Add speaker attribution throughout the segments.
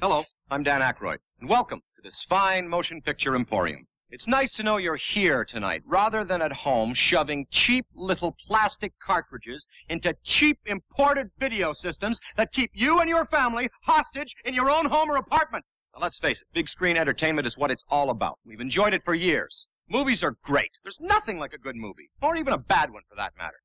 Speaker 1: Hello, I'm Dan Aykroyd, and welcome to this fine motion picture emporium. It's nice to know you're here tonight rather than at home shoving cheap little plastic cartridges into cheap imported video systems that keep you and your family hostage in your own home or apartment. Now, let's face it, big screen entertainment is what it's all about. We've enjoyed it for years. Movies are great. There's nothing like a good movie, or even a bad one for that matter.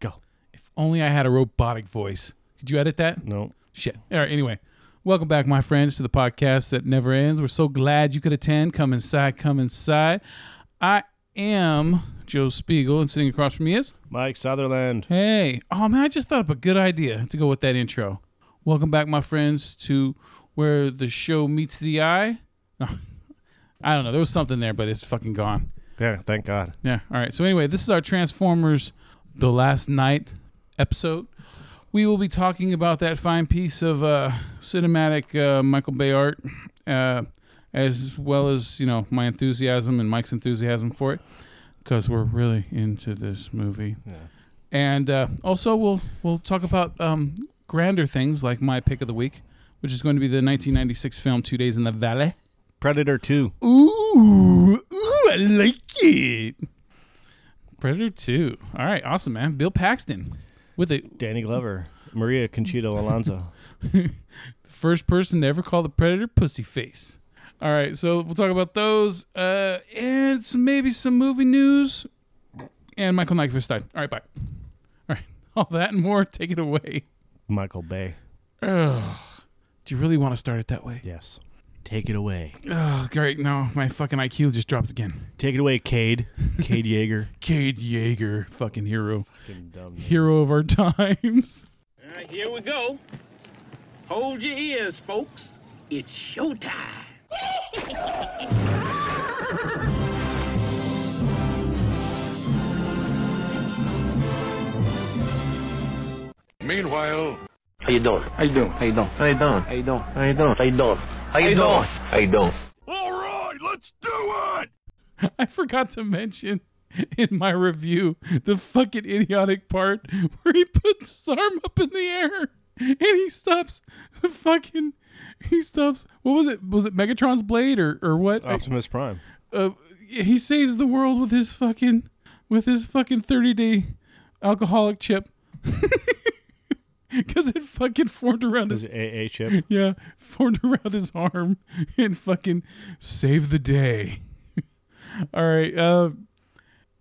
Speaker 2: Go. If only I had a robotic voice. Could you edit that?
Speaker 3: No.
Speaker 2: Shit. All right. Anyway, welcome back, my friends, to the podcast that never ends. We're so glad you could attend. Come inside. Come inside. I am Joe Spiegel, and sitting across from me is
Speaker 3: Mike Sutherland.
Speaker 2: Hey. Oh man, I just thought of a good idea to go with that intro. Welcome back, my friends, to where the show meets the eye. No, I don't know. There was something there, but it's fucking gone.
Speaker 3: Yeah, thank God.
Speaker 2: Yeah. All right. So anyway, this is our Transformers: The Last Night episode. We will be talking about that fine piece of uh, cinematic uh, Michael Bay art, uh, as well as you know my enthusiasm and Mike's enthusiasm for it, because we're really into this movie. And uh, also, we'll we'll talk about um, grander things like my pick of the week, which is going to be the 1996 film Two Days in the Valley.
Speaker 3: Predator 2.
Speaker 2: Ooh, ooh, I like it. Predator Two. All right, awesome, man. Bill Paxton with the
Speaker 3: Danny Glover. Maria Conchita Alonso.
Speaker 2: first person to ever call the Predator pussy face. All right, so we'll talk about those uh, and some, maybe some movie news and Michael Nyquist died. All right, bye. All right, all that and more. Take it away.
Speaker 3: Michael Bay.
Speaker 2: Ugh. Do you really want to start it that way?
Speaker 3: Yes. Take it away.
Speaker 2: Ugh, great. No, my fucking IQ just dropped again.
Speaker 3: Take it away, Cade. Cade Yeager.
Speaker 2: Cade Yeager, fucking hero.
Speaker 3: Fucking dumb.
Speaker 2: hero of our times.
Speaker 4: All right, here we go. Hold your ears, folks. It's showtime.
Speaker 5: How you doing? How you doing? How you doing? How you doing? How you doing? How you doing? How you doing? How you doing? How you doing?
Speaker 2: I forgot to mention in my review the fucking idiotic part where he puts his arm up in the air and he stops the fucking he stops what was it was it Megatron's blade or or what
Speaker 3: Optimus Prime.
Speaker 2: uh, he saves the world with his fucking with his fucking 30 day alcoholic chip because it fucking formed around his
Speaker 3: His AA chip.
Speaker 2: yeah, formed around his arm and fucking save the day. All right. Uh,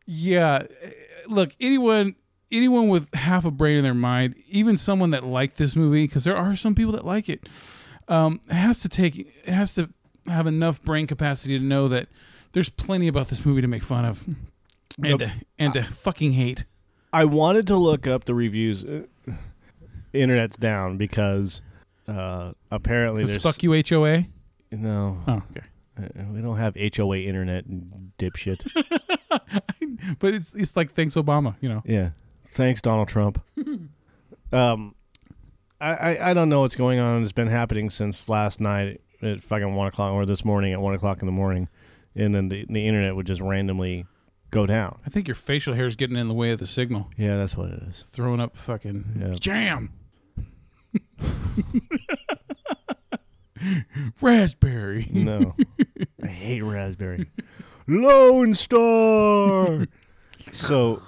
Speaker 2: yeah. eh, Look, anyone anyone with half a brain in their mind, even someone that liked this movie, because there are some people that like it, um, has to take has to have enough brain capacity to know that there's plenty about this movie to make fun of. And to, and to fucking hate.
Speaker 3: I wanted to look up the reviews. Uh, Internet's down because uh, apparently
Speaker 2: Because
Speaker 3: there's
Speaker 2: fuck you, HOA.
Speaker 3: no.
Speaker 2: Oh, okay.
Speaker 3: uh, We don't have HOA internet, dipshit.
Speaker 2: But it's it's like thanks Obama, you know.
Speaker 3: Yeah. Thanks, Donald Trump. um, I, I I don't know what's going on. It's been happening since last night at fucking one o'clock, or this morning at one o'clock in the morning, and then the the internet would just randomly go down.
Speaker 2: I think your facial hair is getting in the way of the signal.
Speaker 3: Yeah, that's what it is.
Speaker 2: Throwing up fucking
Speaker 3: Yeah.
Speaker 2: jam. Raspberry.
Speaker 3: No, I hate raspberry. Lone Star. so,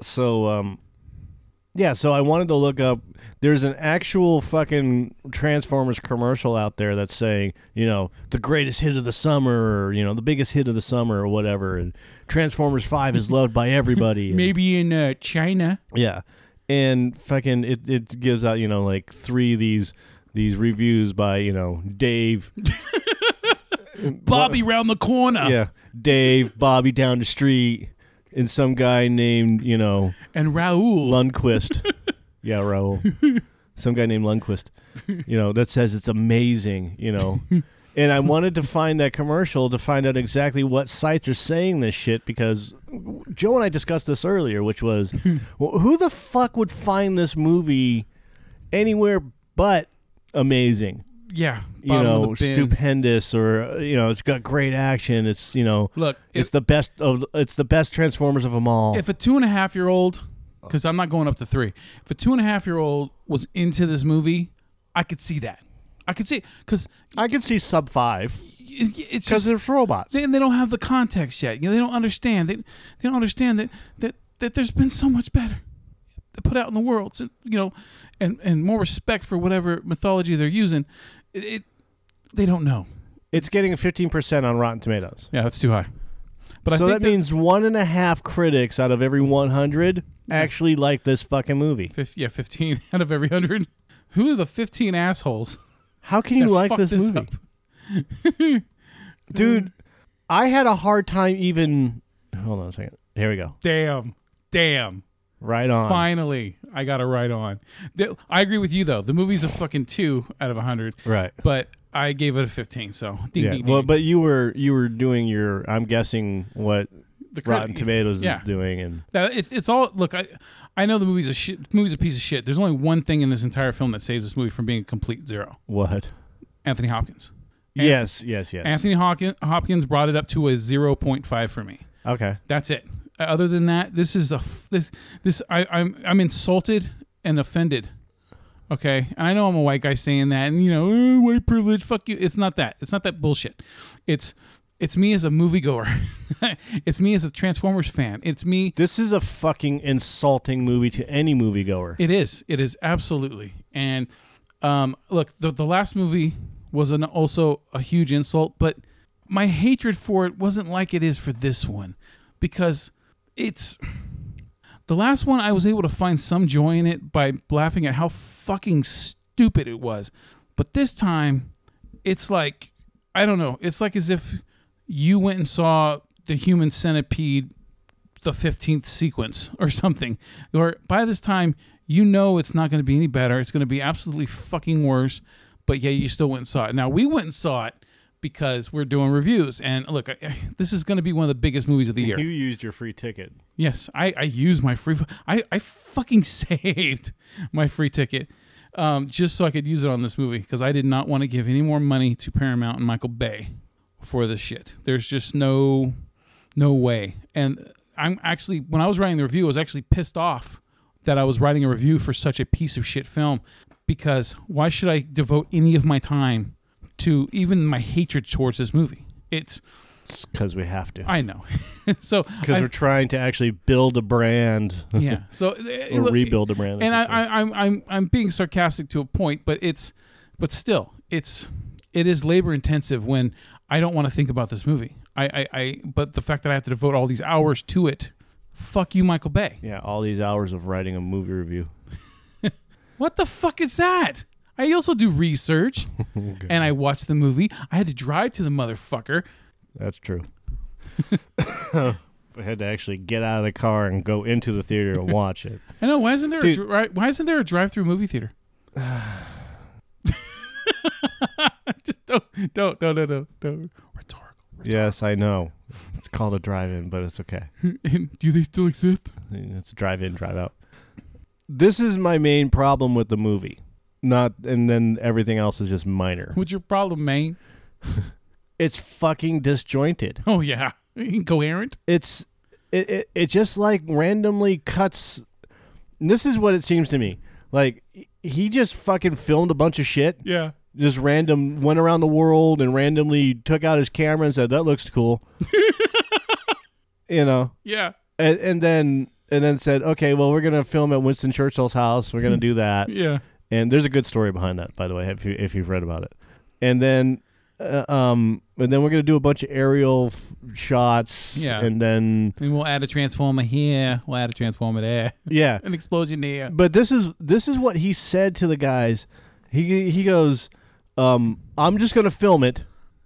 Speaker 3: so um, yeah. So I wanted to look up. There's an actual fucking Transformers commercial out there that's saying, you know, the greatest hit of the summer, or you know, the biggest hit of the summer, or whatever. And Transformers Five is loved by everybody. and-
Speaker 2: Maybe in uh, China.
Speaker 3: yeah, and fucking it, it gives out you know like three of these these reviews by you know Dave
Speaker 2: Bobby round the corner.
Speaker 3: yeah, Dave, Bobby down the street, and some guy named you know
Speaker 2: And Raul.
Speaker 3: Lundquist. yeah, Raul. Some guy named Lundquist. You know that says it's amazing. You know, and I wanted to find that commercial to find out exactly what sites are saying this shit because Joe and I discussed this earlier, which was well, who the fuck would find this movie anywhere but amazing
Speaker 2: yeah.
Speaker 3: you
Speaker 2: bottom of
Speaker 3: know
Speaker 2: the bin.
Speaker 3: stupendous or uh, you know it's got great action it's you know
Speaker 2: Look,
Speaker 3: it's
Speaker 2: if-
Speaker 3: the best of it's the best transformers of them all
Speaker 2: If a two and a half year old, because I'm not going up to three, if a two and a half year old was into this movie, I could see that. I could see because
Speaker 3: I could see sub five
Speaker 2: it's
Speaker 3: because
Speaker 2: just
Speaker 3: there's robots.
Speaker 2: they, they don't have the context yet. You know, they don't understand. They, they don't understand that, that that there's been so much better put out in the world. So, you know, and and more respect for whatever mythology they're using. It, it they don't know.
Speaker 3: It's getting fifteen percent on Rotten Tomatoes.
Speaker 2: Yeah, that's too high. But
Speaker 3: so
Speaker 2: I
Speaker 3: that
Speaker 2: think
Speaker 3: means one and a half critics out of every one hundred actually like this fucking movie.
Speaker 2: fif- yeah, fifteen out of every hundred. Who are the fifteen assholes
Speaker 3: How can
Speaker 2: that
Speaker 3: you like
Speaker 2: fucked
Speaker 3: this,
Speaker 2: this,
Speaker 3: movie,
Speaker 2: up?
Speaker 3: dude? I had a hard time even. Hold on a second. Here we go.
Speaker 2: Damn, damn.
Speaker 3: Right on.
Speaker 2: Finally, I got it right on. The- I agree with you though. The movie's a fucking two out of a hundred.
Speaker 3: Right.
Speaker 2: But I gave it a fifteen. So ding,
Speaker 3: Yeah.
Speaker 2: ding,
Speaker 3: Well,
Speaker 2: ding.
Speaker 3: but you were you were doing your. I'm guessing what
Speaker 2: the crit-
Speaker 3: Rotten Tomatoes
Speaker 2: yeah.
Speaker 3: is doing, and
Speaker 2: That it's, it's all look. I I know the movie's a shit. Movie's a piece of shit. There's only one thing in this entire film that saves this movie from being a complete zero.
Speaker 3: what?
Speaker 2: Anthony Hopkins.
Speaker 3: yes, yes, yes.
Speaker 2: Anthony Hopkins, Hopkins brought it up to a zero point five for me.
Speaker 3: Okay.
Speaker 2: That's it. Uh, Other than that, this is a f- this this I, I'm I'm insulted and offended. Okay, and I know I'm a white guy saying that, and you know, "Oh, white privilege. Fuck you. It's not that. It's not that bullshit. It's it's me as a moviegoer. it's me as a Transformers fan. It's me.
Speaker 3: This is a fucking insulting movie to any moviegoer.
Speaker 2: It is. It is absolutely. And um, look, the the last movie was an also a huge insult, but my hatred for it wasn't like it is for this one, because it's the last one. I was able to find some joy in it by laughing at how fucking stupid it was, but this time, it's like I don't know. It's like as if you went and saw the Human Centipede the 15th sequence or something. Or by this time, you know it's not going to be any better. It's going to be absolutely fucking worse. But yeah, you still went and saw it. Now, we went and saw it because we're doing reviews. And look, I, I- this is going to be one of the biggest movies of the year.
Speaker 3: You used your free ticket.
Speaker 2: Yes, I, I used my free. I, I fucking saved my free ticket um, just so I could use it on this movie because I did not want to give any more money to Paramount and Michael Bay for this shit. There's just no no way. And I'm actually when I was writing the review, I was actually pissed off that I was writing a review for such a piece of shit film because why should I devote any of my time to even my hatred towards this movie? It's
Speaker 3: It's because we have to.
Speaker 2: I know. so
Speaker 3: Because
Speaker 2: I-
Speaker 3: we're trying to actually build a brand.
Speaker 2: yeah. So uh,
Speaker 3: or
Speaker 2: look,
Speaker 3: rebuild a brand.
Speaker 2: And I,
Speaker 3: should say.
Speaker 2: I, I'm I'm I'm being sarcastic to a point, but it's but still it's it is labor intensive when I don't want to think about this movie. I, I, I but the fact that I have to devote all these hours to it, fuck you, Michael Bay.
Speaker 3: yeah, all these hours of writing a movie review.
Speaker 2: What the fuck is that? I also do research, and I watch the movie. I had to drive to the motherfucker.
Speaker 3: That's true. I had to actually get out of the car and go into the theater and watch it.
Speaker 2: I know why isn't there
Speaker 3: Dude.
Speaker 2: a dri- why isn't there a drive-through movie theater? Just don't don't no no no no rhetorical.
Speaker 3: yes, I know. It's called a drive-in, but it's okay.
Speaker 2: And do they still exist?
Speaker 3: It's drive in, drive out. This is my main problem with the movie. Not and then everything else is just minor.
Speaker 2: What's your problem, man?
Speaker 3: It's fucking disjointed.
Speaker 2: Oh yeah, incoherent.
Speaker 3: It's it, it, it just like randomly cuts and this is what it seems to me. Like he just fucking filmed a bunch of shit.
Speaker 2: Yeah,
Speaker 3: Just random went around the world and randomly took out his camera and said, That looks cool. you know.
Speaker 2: yeah,
Speaker 3: And, and then and then said, Okay, well we're gonna film at Winston Churchill's house. We're gonna do that.
Speaker 2: yeah.
Speaker 3: and there's a good story behind that, by the way, if you if you've read about it. And then, uh, um, and then we're gonna do a bunch of aerial f- shots,
Speaker 2: Yeah.
Speaker 3: and then
Speaker 2: And we'll add a transformer here. We'll add a transformer there.
Speaker 3: yeah.
Speaker 2: An explosion there.
Speaker 3: But this is this is what he said to the guys. He he goes, um, I'm just gonna film it,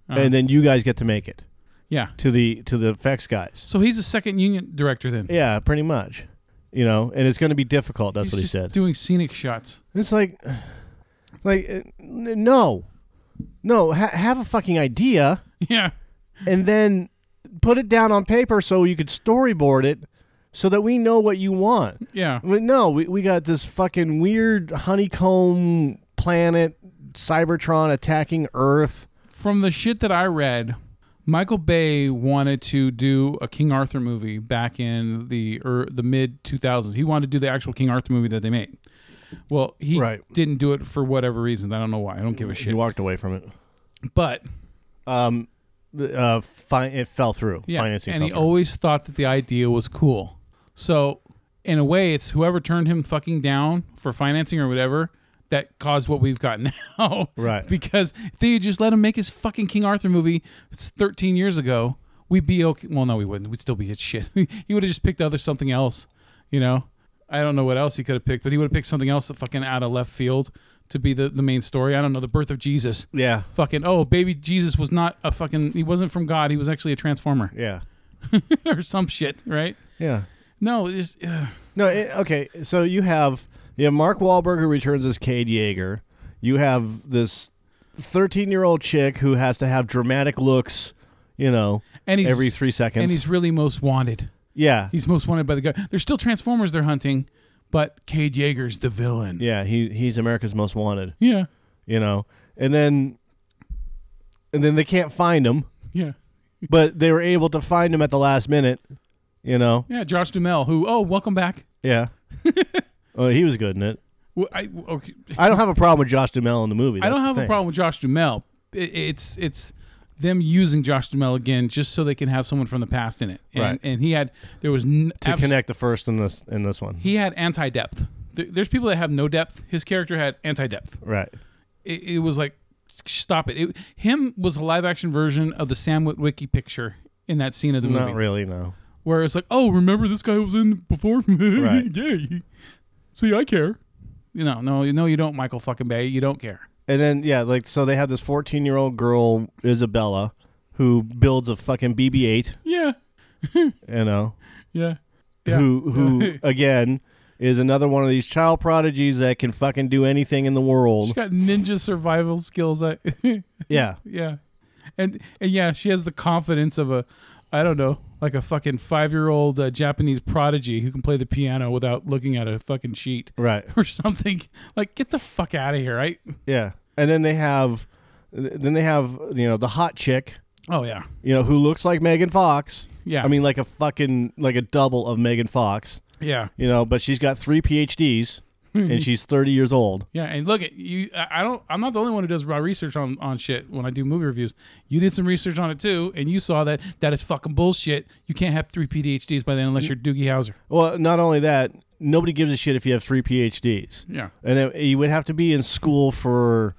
Speaker 3: and then you guys get to make it
Speaker 2: Yeah.
Speaker 3: to the to the effects guys.
Speaker 2: So he's a second union director then.
Speaker 3: Yeah, pretty much. You know, and it's gonna be difficult. That's
Speaker 2: He's
Speaker 3: what he
Speaker 2: just
Speaker 3: said.
Speaker 2: Doing scenic shots.
Speaker 3: It's like, like, uh, n- no, no, ha- have a fucking idea.
Speaker 2: Yeah.
Speaker 3: and then put it down on paper so you could storyboard it so that we know what you want.
Speaker 2: Yeah.
Speaker 3: But no, we, we got this fucking weird honeycomb planet, Cybertron attacking Earth.
Speaker 2: From the shit that I read, Michael Bay wanted to do a King Arthur movie back in the er, the mid 2000s. He wanted to do the actual King Arthur movie that they made. Well, he
Speaker 3: Right.
Speaker 2: didn't do it for whatever reason. I don't know why. I don't give a
Speaker 3: She
Speaker 2: shit.
Speaker 3: walked away from it.
Speaker 2: But
Speaker 3: Um, uh, fi- it fell through.
Speaker 2: yeah,
Speaker 3: Financing
Speaker 2: and
Speaker 3: fell
Speaker 2: he
Speaker 3: through.
Speaker 2: always thought that the idea was cool. So in a way, it's whoever turned him fucking down for financing or whatever that caused what we've got now.
Speaker 3: Right.
Speaker 2: because if they had just let him make his fucking King Arthur movie it's 13 years ago, we'd be okay. Well, no, we wouldn't. We'd still be hit shit. he would have just picked other something else. You know, I don't know what else he could have picked, but he would have picked something else that fucking out of left field to be the, the main story. I don't know, the birth of Jesus.
Speaker 3: Yeah.
Speaker 2: Fucking oh, baby Jesus was not a fucking. He wasn't from God. He was actually a transformer
Speaker 3: Yeah.
Speaker 2: or some shit, right?
Speaker 3: Yeah.
Speaker 2: No, it's just uh, ugh.
Speaker 3: No, it, okay. So you have you have Mark Wahlberg who returns as Cade Yeager. You have this thirteen-year-old chick who has to have dramatic looks. You know,
Speaker 2: and he's
Speaker 3: every three seconds.
Speaker 2: and he's really most wanted.
Speaker 3: yeah,
Speaker 2: He's most wanted by the guy. There's still Transformers they're hunting, but Cade Yeager's the villain.
Speaker 3: yeah. He he's America's most wanted.
Speaker 2: yeah,
Speaker 3: You know, and then and then they can't find him,
Speaker 2: yeah.
Speaker 3: but they were able to find him at the last minute. You know,
Speaker 2: Yeah, Josh Dumel, who oh, welcome back.
Speaker 3: yeah. oh, he was good in it.
Speaker 2: Well, I okay.
Speaker 3: I don't have a problem with Josh Duhamel in the movie.
Speaker 2: I don't
Speaker 3: that's the
Speaker 2: have a
Speaker 3: thing.
Speaker 2: problem with Josh Dumel. It, it's it's them using Josh Dumel again just so they can have someone from the past in it. And,
Speaker 3: Right.
Speaker 2: And he had there was n-
Speaker 3: to
Speaker 2: abs-
Speaker 3: connect the first and this and this one.
Speaker 2: He had anti depth. There's people that have no depth. His character had anti depth.
Speaker 3: right.
Speaker 2: it, it was like stop it. it him was a live action version of the sam witwicky picture in that scene of the movie
Speaker 3: Not really, no.
Speaker 2: where it's like oh remember this guy was in before
Speaker 3: Right.
Speaker 2: yeah see i care you know no no you don't michael fucking bay you don't care
Speaker 3: And then yeah, like so they have this 14-year-old girl Isabella who builds a fucking BB-8,
Speaker 2: yeah
Speaker 3: you know,
Speaker 2: yeah yeah
Speaker 3: who who again is another one of these child prodigies that can fucking do anything in the
Speaker 2: she's
Speaker 3: world.
Speaker 2: got ninja survival skills I,
Speaker 3: Yeah.
Speaker 2: yeah and, and yeah she has the confidence of a i don't know like a fucking five-year-old uh, japanese prodigy who can play the piano without looking at a fucking sheet
Speaker 3: Right.
Speaker 2: or something. Like, get the fuck out of here, right?
Speaker 3: Yeah. And then they have then they have, you know, the hot chick,
Speaker 2: Oh yeah,
Speaker 3: you know, who looks like Megan Fox.
Speaker 2: yeah.
Speaker 3: I mean like a fucking like a double of Megan Fox,
Speaker 2: yeah,
Speaker 3: you know, but she's got 3 PhDs and she's 30 years old.
Speaker 2: yeah. And look at you. I I don't. I'm not the only one who does raw research on on shit when I do movie reviews. You did some research on it too, and you saw that that is fucking bullshit. You can't have three PhDs by then unless you're Doogie Howser.
Speaker 3: Well, not only that, nobody gives a shit if you have three PhDs.
Speaker 2: Yeah.
Speaker 3: And it, you would have to be in school for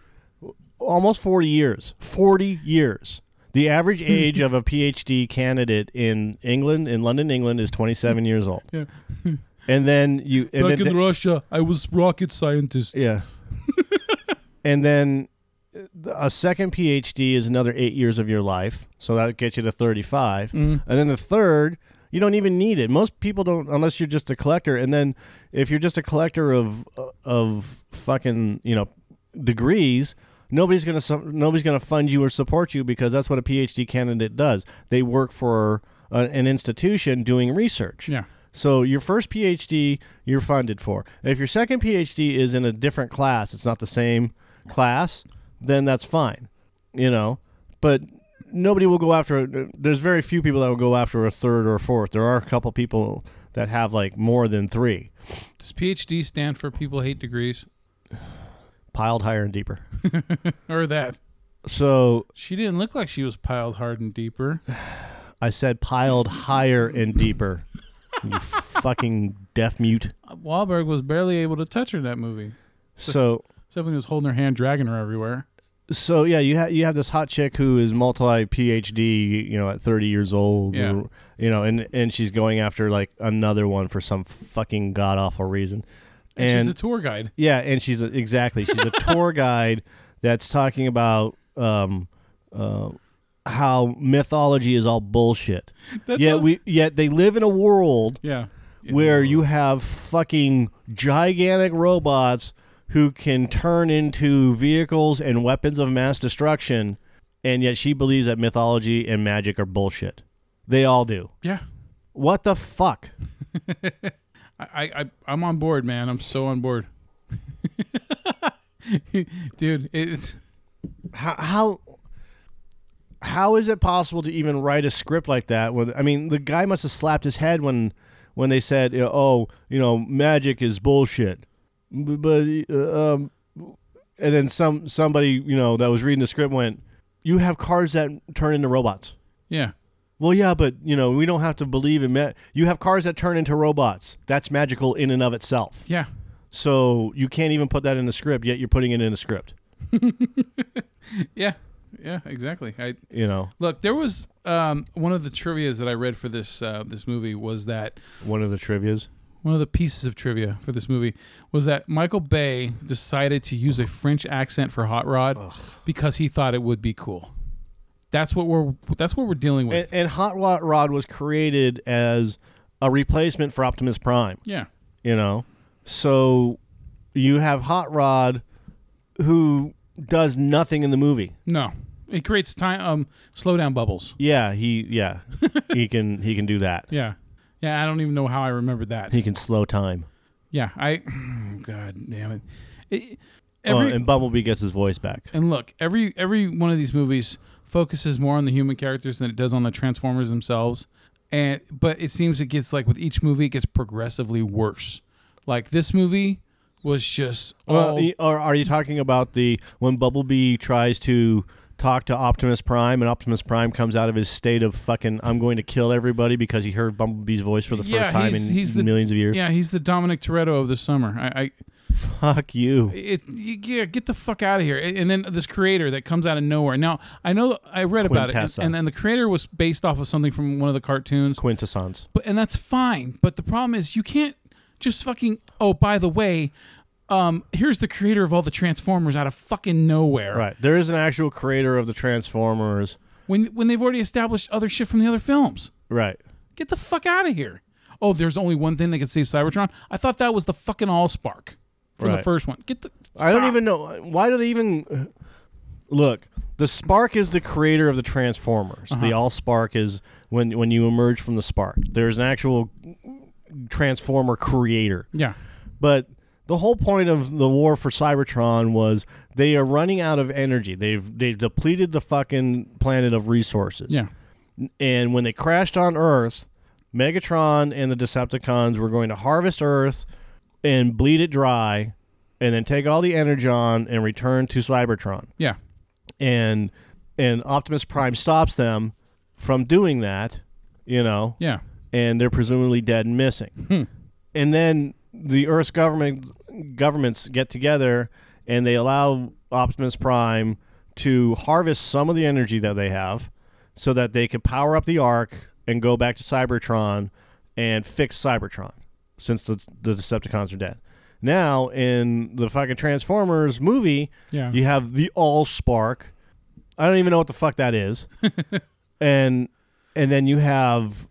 Speaker 3: almost 40 years. 40 years. The average age of a PhD candidate in England, in London, England, is 27 years old.
Speaker 2: Yeah.
Speaker 3: And then you. And
Speaker 2: Back
Speaker 3: then
Speaker 2: in Russia, I was rocket scientist.
Speaker 3: yeah. and then a second PhD is another eight years of your life. So that gets you to 35. And then the third, you don't even need it. Most people don't, unless you're just a collector. And then if you're just a collector of, of fucking, you know, degrees, nobody's going to, nobody's going to fund you or support you because that's what a PhD candidate does. They work for a, an institution doing research.
Speaker 2: Yeah.
Speaker 3: So your first PhD you're funded for. If your second PhD is in a different class, it's not the same class, then that's fine. You know, but nobody will go after there's very few people that will go after a third or a fourth. There are a couple people that have like more than 3
Speaker 2: Does PhD stand for people hate degrees
Speaker 3: piled higher and deeper.
Speaker 2: or that?
Speaker 3: So
Speaker 2: She didn't look like she was piled hard and deeper.
Speaker 3: I said piled higher and deeper. you fucking deaf mute.
Speaker 2: Wahlberg was barely able to touch her in that movie.
Speaker 3: So
Speaker 2: Except when he was holding her hand, dragging her everywhere.
Speaker 3: so yeah, you have you have this hot chick who is multi PhD, you know, at thirty years old,
Speaker 2: Yeah.
Speaker 3: or- you know, and and she's going after like another one for some fucking god awful reason,
Speaker 2: And,
Speaker 3: and,
Speaker 2: she's a tour guide.
Speaker 3: yeah, and she's a, exactly she's a tour guide that's talking about um, uh, how mythology is all bullshit.
Speaker 2: That's
Speaker 3: yet
Speaker 2: all-
Speaker 3: we yet they live in a world
Speaker 2: Yeah.
Speaker 3: where you have fucking gigantic robots who can turn into vehicles and weapons of mass destruction, and yet she believes that mythology and magic are bullshit. They all do.
Speaker 2: Yeah.
Speaker 3: What the fuck?
Speaker 2: I, I, I I'm on board, man. I'm so on board. Dude, it's
Speaker 3: How, how how is it possible to even write a script like that? When I mean, the guy must have slapped his head when when they said, you know, "Oh, you know, magic is bullshit." but uh, um, and then some somebody you know that was reading the script went, "You have cars that turn into robots."
Speaker 2: Yeah.
Speaker 3: Well, yeah, but you know we don't have to believe in that. You have cars that turn into robots. That's magical in and of itself.
Speaker 2: Yeah.
Speaker 3: So you can't even put that in the script. Yet you're putting it in the script.
Speaker 2: Yeah. Yeah, exactly. I
Speaker 3: You know,
Speaker 2: Look, there was um, one of the trivia's that I read for this uh, this movie was that
Speaker 3: one of the trivia's.
Speaker 2: one of the pieces of trivia for this movie was that Michael Bay decided to use a French accent for Hot Rod because he thought it would be cool. That's what we're that's what we're dealing with.
Speaker 3: And, and Hot Rod- Rod was created as a replacement for Optimus Prime.
Speaker 2: yeah.
Speaker 3: you know so you have hot rod who does nothing in the movie
Speaker 2: No. It creates time um slow down bubbles.
Speaker 3: yeah he yeah he can he can do that
Speaker 2: Yeah. Yeah, I don't even know how I remembered that.
Speaker 3: he can slow time
Speaker 2: Yeah, I God damn it. It-
Speaker 3: Oh,
Speaker 2: every,
Speaker 3: and bumblebee gets his voice back
Speaker 2: And look, every every one of these movies focuses more on the human characters than it does on the Transformers themselves. And but it seems it gets like with each movie, it gets progressively worse. Like this movie was just all
Speaker 3: well, or are you talking about the when bumblebee tries to talk to optimus prime and optimus prime comes out of his state of fucking i'm going to kill everybody because he heard bumblebee's voice for the
Speaker 2: Yeah,
Speaker 3: first time
Speaker 2: he's-
Speaker 3: in
Speaker 2: he's the-
Speaker 3: millions of years
Speaker 2: yeah, he's the Dominic Toretto of the summer. I, I
Speaker 3: fuck you
Speaker 2: it you- yeah, get the fuck out of here. And and then this creator that comes out of nowhere. Now I know I read about it, and,
Speaker 3: Quintessa.
Speaker 2: and then the creator was based off of something from one of the cartoons.
Speaker 3: quintessence
Speaker 2: but and that's fine. But the problem is you can't just fucking oh by the way, um here's the creator of all the Transformers out of fucking nowhere.
Speaker 3: right there is an actual creator of the transformers
Speaker 2: When when they've already established other shit from the other films.
Speaker 3: right
Speaker 2: Get the fuck out of here. Oh, there's only one thing that can save Cybertron. I thought that was the fucking Allspark from the
Speaker 3: Right.
Speaker 2: first one. Get the
Speaker 3: I don't
Speaker 2: stop.
Speaker 3: even know why do they even look. The spark is the creator of the Transformers. The
Speaker 2: Uh-huh.
Speaker 3: all spark is when when you emerge from the spark. There's an actual Transformer creator,
Speaker 2: Yeah.
Speaker 3: but the whole point of the war for Cybertron was they are running out of energy. They've they've depleted the fucking planet of resources.
Speaker 2: Yeah.
Speaker 3: And when they crashed on Earth, Megatron and the Decepticons were going to harvest Earth and bleed it dry and then take all the energon and return to Cybertron.
Speaker 2: Yeah.
Speaker 3: And and Optimus Prime stops them from doing that, you know,
Speaker 2: Yeah.
Speaker 3: and they're presumably dead and missing. And then the Earth's government governments get together and they allow Optimus Prime to harvest some of the energy that they have, so that they can power up the Ark and go back to Cybertron and fix Cybertron, since the, the Decepticons are dead. Now in the fucking Transformers movie,
Speaker 2: Yeah.
Speaker 3: you have the All Spark. I don't even know what the fuck that is, and and then you have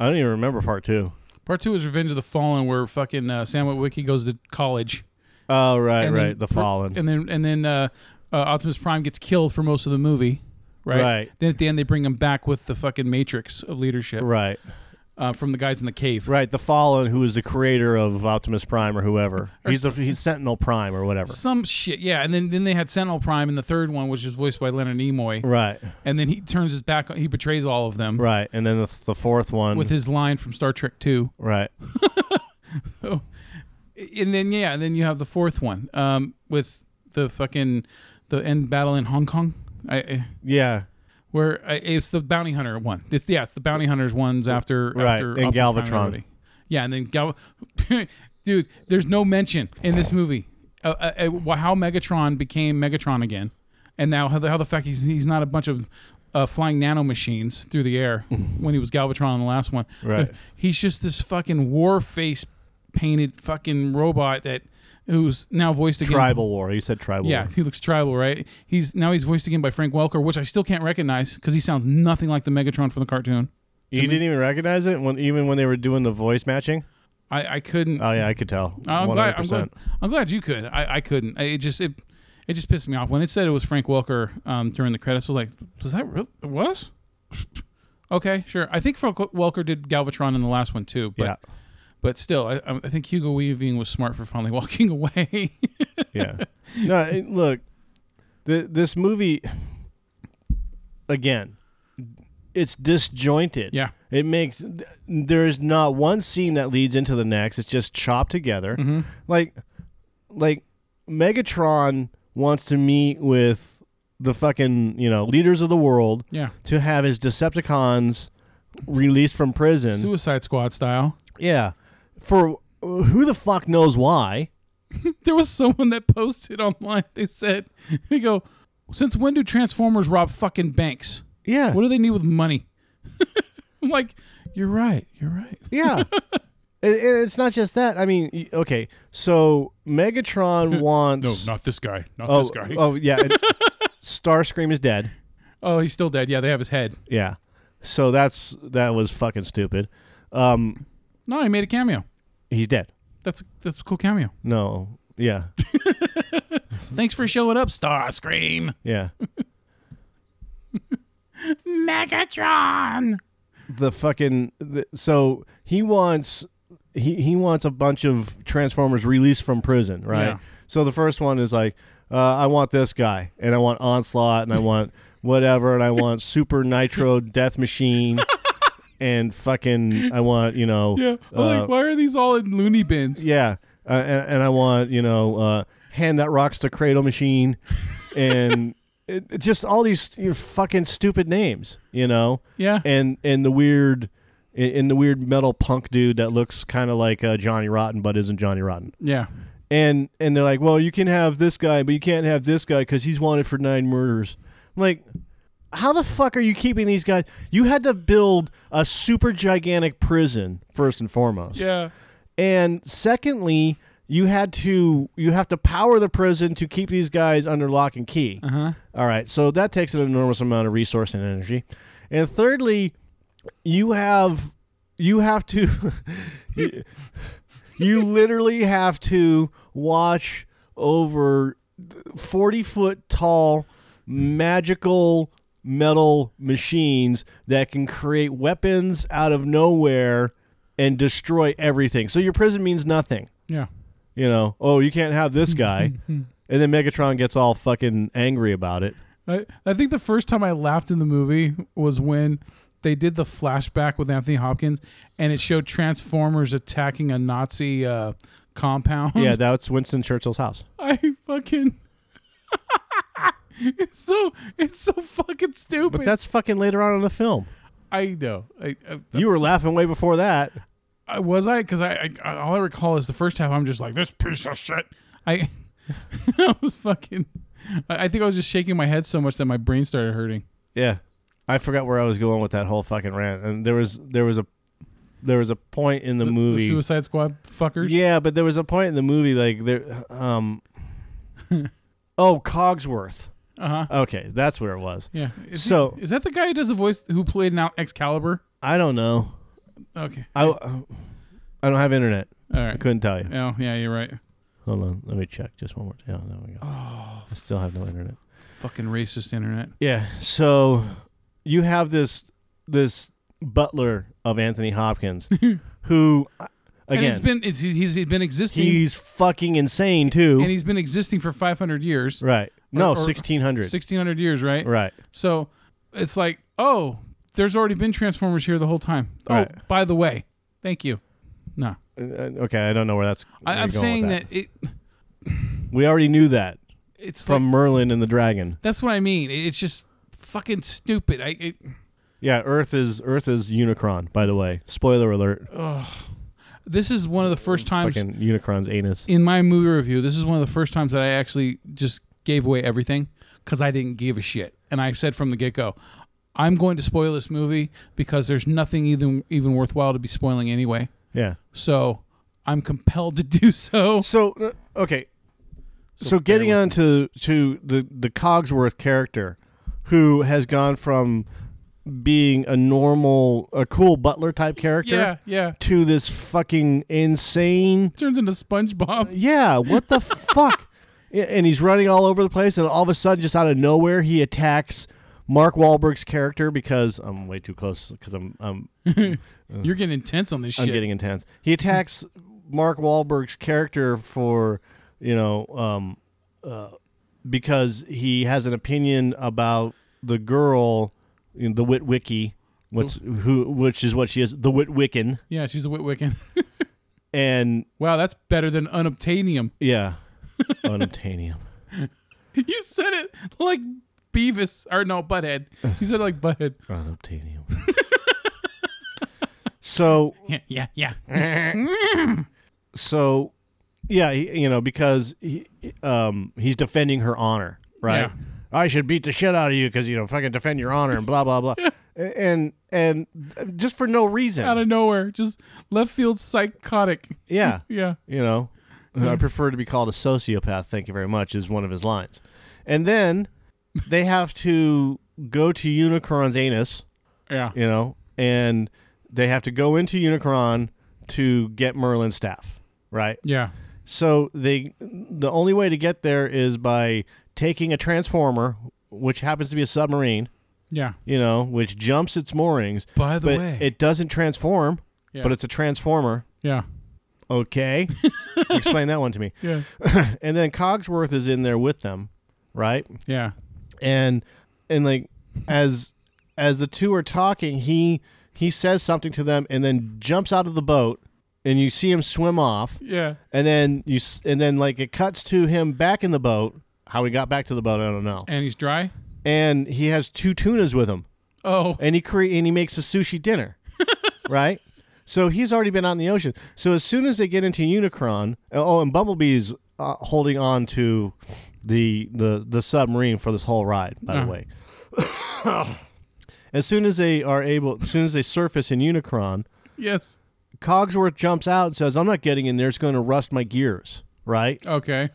Speaker 3: I don't even remember part two.
Speaker 2: Part two is Revenge of the Fallen, where fucking uh, Sam Witwicky goes to college.
Speaker 3: Oh right,
Speaker 2: and
Speaker 3: right,
Speaker 2: then
Speaker 3: the
Speaker 2: per-
Speaker 3: fallen.
Speaker 2: and then and then uh, uh, Optimus Prime gets killed for most of the movie, right?
Speaker 3: Right.
Speaker 2: Then at the end, they bring him back with the fucking Matrix of leadership
Speaker 3: right,
Speaker 2: uh, from the guys in the cave.
Speaker 3: right, the fallen. Who is the creator of Optimus Prime or whoever? he's the he's Sentinel Prime or whatever.
Speaker 2: Some shit, yeah. And then then they had Sentinel Prime in the third one, which is voiced by Leonard Nimoy.
Speaker 3: Right,
Speaker 2: And then he turns his back. on- He betrays all of them
Speaker 3: right, and then the, the fourth one.
Speaker 2: with his line from Star Trek Two.
Speaker 3: right,
Speaker 2: And then yeah, and then you have the fourth one um, with the fucking the end battle in Hong Kong. I- I
Speaker 3: yeah,
Speaker 2: Where uh, it's the bounty hunter one. It's yeah, it's the bounty hunters ones after
Speaker 3: Right,
Speaker 2: after
Speaker 3: and
Speaker 2: Optimus Prime
Speaker 3: Galvatron.
Speaker 2: already. Yeah, and then Gal. Dude, there's no mention in this movie uh, uh, uh, wh- how Megatron became Megatron again, and now how the, how the fact he's he's not a bunch of uh, flying nano machines through the air when he was Galvatron in the last one.
Speaker 3: Right.
Speaker 2: Uh, He's just this fucking war face painted fucking robot that who's now voiced again
Speaker 3: tribal war. You said tribal.
Speaker 2: yeah,
Speaker 3: war.
Speaker 2: he looks tribal, right? He's now he's voiced again by Frank Welker, which I still can't recognize because he sounds nothing like the Megatron from the cartoon.
Speaker 3: you didn't even recognize it when even when they were doing the voice matching.
Speaker 2: I, I couldn't.
Speaker 3: Oh yeah, I could tell.
Speaker 2: I'm glad. I'm
Speaker 3: 100%.
Speaker 2: glad. I'm glad you could. I, I couldn't. I, it just it it just pissed me off when it said it was Frank Welker um, during the credits. I was like, was that real? It was. okay, sure. I think Frank Welker did Galvatron in the last one too. But,
Speaker 3: Yeah,
Speaker 2: But still, I, I think Hugo Weaving was smart for finally walking away.
Speaker 3: yeah. No, it- look, th- this movie again, it's disjointed.
Speaker 2: yeah.
Speaker 3: It makes Mm-hmm. there is not one scene that leads into the next. It's just chopped together. Like like Megatron wants to meet with the fucking you know leaders of the world
Speaker 2: Yeah.
Speaker 3: to have his Decepticons released from prison.
Speaker 2: Suicide Squad style.
Speaker 3: yeah, for uh, who the fuck knows why?
Speaker 2: There was someone that posted online. They said, "They go, since when do Transformers rob fucking banks?
Speaker 3: Yeah,
Speaker 2: What do they need with money?" I'm like, "You're right. You're right."
Speaker 3: Yeah. It- it- it's not just that. I mean, y- okay. So Megatron
Speaker 2: No,
Speaker 3: wants.
Speaker 2: not this guy. Not
Speaker 3: oh,
Speaker 2: this guy. Oh.
Speaker 3: oh, yeah. it- Starscream is dead.
Speaker 2: he's still dead. Yeah, they have his head.
Speaker 3: Yeah. So that's that was fucking stupid. Um,
Speaker 2: No, he made a cameo.
Speaker 3: he's dead.
Speaker 2: That's that's a cool cameo.
Speaker 3: No. Yeah.
Speaker 2: Thanks for showing up, Starscream.
Speaker 3: Yeah.
Speaker 2: Megatron.
Speaker 3: the fucking. The, so he wants. He, he wants a bunch of Transformers released from prison, right?
Speaker 2: Yeah.
Speaker 3: So the first one is like, uh, I want this guy, and I want Onslaught, and I want whatever, and I want Super Nitro Death Machine, and fucking, I want you know,
Speaker 2: Yeah. I'm
Speaker 3: uh,
Speaker 2: like, why are these all in loony bins?
Speaker 3: yeah, uh, and, and I want you know, uh, hand that rocks to Cradle Machine, and it, it just all these you know, fucking stupid names, you know,
Speaker 2: Yeah.
Speaker 3: and and the weird. and- And the weird metal punk dude that looks kind of like uh, Johnny Rotten, but isn't Johnny Rotten
Speaker 2: Yeah.
Speaker 3: and and they're like, well, you can have this guy, but you can't have this guy because he's wanted for nine murders. I'm like, how the fuck are you keeping these guys? You had to build a super gigantic prison first and foremost,
Speaker 2: Yeah.
Speaker 3: and secondly, you had to you have to power the prison to keep these guys under lock and key.
Speaker 2: Uh-huh.
Speaker 3: All right, so that takes an enormous amount of resource and energy, and thirdly, you have you have to you, you literally have to watch over forty foot tall magical metal machines that can create weapons out of nowhere and destroy everything. So your prison means nothing
Speaker 2: Yeah.
Speaker 3: you know, oh, you can't have this guy. and then Megatron gets all fucking angry about it.
Speaker 2: I, I think the first time I laughed in the movie was when they did the flashback with Anthony Hopkins and it showed Transformers attacking a Nazi uh, compound.
Speaker 3: Yeah, that's Winston Churchill's house.
Speaker 2: I fucking. it's so it's so fucking stupid.
Speaker 3: But that's fucking later on in the film.
Speaker 2: I know. I, I,
Speaker 3: You were laughing way before that.
Speaker 2: I was I because I, I all I recall is the first half. I'm just like this piece of shit. I I was fucking. I I think I was just shaking my head so much that my brain started hurting.
Speaker 3: Yeah. I forgot where I was going with that whole fucking rant. And there was there was a there was a point in the, movie.
Speaker 2: the Suicide Squad fuckers.
Speaker 3: yeah, but there was a point in the movie like there um Oh, Cogsworth.
Speaker 2: Uh huh.
Speaker 3: Okay, that's where it was.
Speaker 2: Yeah. Is he-
Speaker 3: So-
Speaker 2: is that the guy who does the voice who played now Excalibur?
Speaker 3: I don't know.
Speaker 2: Okay.
Speaker 3: I uh, I don't have internet.
Speaker 2: All right.
Speaker 3: Couldn't tell you.
Speaker 2: Oh yeah, you're right.
Speaker 3: Hold on, let me check just one more time. Oh, there we go. Oh, I still have no internet.
Speaker 2: Fucking racist internet.
Speaker 3: Yeah, so you have this this butler of Anthony Hopkins, who uh,
Speaker 2: And
Speaker 3: again
Speaker 2: it's been it's he's, he's been existing
Speaker 3: he's fucking insane too.
Speaker 2: and he's been existing for 500 years,
Speaker 3: right? No,
Speaker 2: or-
Speaker 3: sixteen hundred.
Speaker 2: 1600 years, right?
Speaker 3: Right.
Speaker 2: So it's like, oh, there's already been Transformers here the whole time. Oh,
Speaker 3: Right.
Speaker 2: by the way, thank you. No,
Speaker 3: Uh, Okay, I don't know where that's.
Speaker 2: I,
Speaker 3: where
Speaker 2: I'm
Speaker 3: you're going with
Speaker 2: saying that. it
Speaker 3: we already knew that
Speaker 2: it's
Speaker 3: from
Speaker 2: like,
Speaker 3: Merlin and the Dragon.
Speaker 2: that's what I mean. It- It's just fucking stupid. I it,
Speaker 3: Yeah, Earth is Earth is Unicron. By the way, spoiler alert.
Speaker 2: this is one of the first times
Speaker 3: Fucking Unicron's anus.
Speaker 2: in my movie review. This is one of the first times that I actually just gave away everything because I didn't give a shit, and I said from the get go. I'm going to spoil this movie because there's nothing even even worthwhile to be spoiling anyway.
Speaker 3: Yeah.
Speaker 2: So I'm compelled to do so.
Speaker 3: So uh, okay, so, getting on to to the the Cogsworth character, who has gone from being a normal, a cool butler type character,
Speaker 2: Yeah, yeah.
Speaker 3: to this fucking insane.
Speaker 2: turns into SpongeBob.
Speaker 3: Yeah, what the fuck? Yeah, And he's running all over the place, and all of a sudden, just out of nowhere, he attacks Mark Wahlberg's character because I'm way too close because I'm I'm
Speaker 2: You're getting intense on this
Speaker 3: I'm
Speaker 2: shit.
Speaker 3: getting intense. He attacks Mark Wahlberg's character for, you know, um, uh, because he has an opinion about the girl, you know, the Witwicky, what's who, which is what she is, the Witwiccan,
Speaker 2: yeah, she's a Witwiccan.
Speaker 3: and
Speaker 2: wow, that's better than unobtainium.
Speaker 3: yeah, unobtainium.
Speaker 2: You said it like Beavis or no Butthead. You said it like Butthead.
Speaker 3: Unobtainium. so
Speaker 2: Yeah, yeah, yeah.
Speaker 3: so yeah he, you know because he um he's defending her honor right
Speaker 2: Yeah.
Speaker 3: i should beat the shit out of you because you know fucking defend your honor and blah blah blah and and just for no reason
Speaker 2: Out of nowhere, just left field psychotic.
Speaker 3: yeah
Speaker 2: Yeah.
Speaker 3: you know i prefer to be called a sociopath thank you very much is one of his lines and then they have to go to unicorn's anus
Speaker 2: Yeah.
Speaker 3: you know and they have to go into unicron to get merlin's staff right
Speaker 2: Yeah.
Speaker 3: So they the only way to get there is by taking a transformer, which happens to be a submarine,
Speaker 2: Yeah.
Speaker 3: you know, which jumps its moorings.
Speaker 2: By the
Speaker 3: but
Speaker 2: way.
Speaker 3: it doesn't transform,
Speaker 2: Yeah.
Speaker 3: but it's a transformer.
Speaker 2: Yeah.
Speaker 3: Okay, explain that one to me.
Speaker 2: Yeah.
Speaker 3: And then Cogsworth is in there with them, right?
Speaker 2: Yeah.
Speaker 3: And and like as as the two are talking, he he says something to them, and then jumps out of the boat, and you see him swim off.
Speaker 2: Yeah.
Speaker 3: and then you s- and then like it cuts to him back in the boat how he got back to the boat i don't know
Speaker 2: And he's dry?
Speaker 3: and he has two tunas with him
Speaker 2: Oh.
Speaker 3: and he cre- and he makes a sushi dinner right so he's already been out in the ocean so as soon as they get into unicron oh and bumblebee's uh, holding on to the the the submarine for this whole ride by
Speaker 2: Uh.
Speaker 3: the way as soon as they are able as soon as they surface in unicron
Speaker 2: Yes.
Speaker 3: cogsworth jumps out and says i'm not getting in there it's going to rust my gears right
Speaker 2: Okay.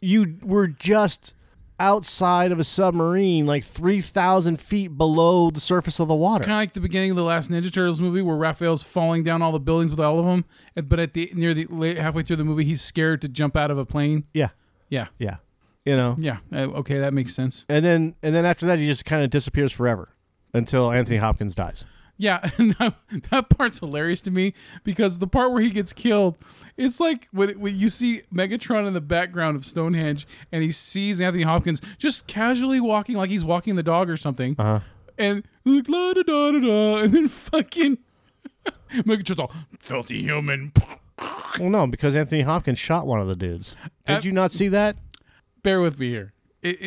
Speaker 3: you were just outside of a submarine, like 3,000 feet below the surface of the water.
Speaker 2: Kind of like the beginning of the last Ninja Turtles movie where Raphael's falling down all the buildings with all of them, and- but at the near the la- halfway through the movie he's scared to jump out of a plane.
Speaker 3: Yeah.
Speaker 2: Yeah.
Speaker 3: Yeah. You know?
Speaker 2: Yeah. Uh, Okay, that makes sense.
Speaker 3: And then and then after that, he just kind of disappears forever until Anthony Hopkins dies.
Speaker 2: Yeah, and that, that part's hilarious to me because the part where he gets killed, it's like when, when you see Megatron in the background of Stonehenge and he sees Anthony Hopkins just casually walking like he's walking the dog or something. Uh-huh. And he's like, la da da da da. And then fucking Megatron's all filthy human.
Speaker 3: Well, no, because Anthony Hopkins shot one of the dudes. Did
Speaker 2: Uh,
Speaker 3: you not see that?
Speaker 2: Bear with me here. It,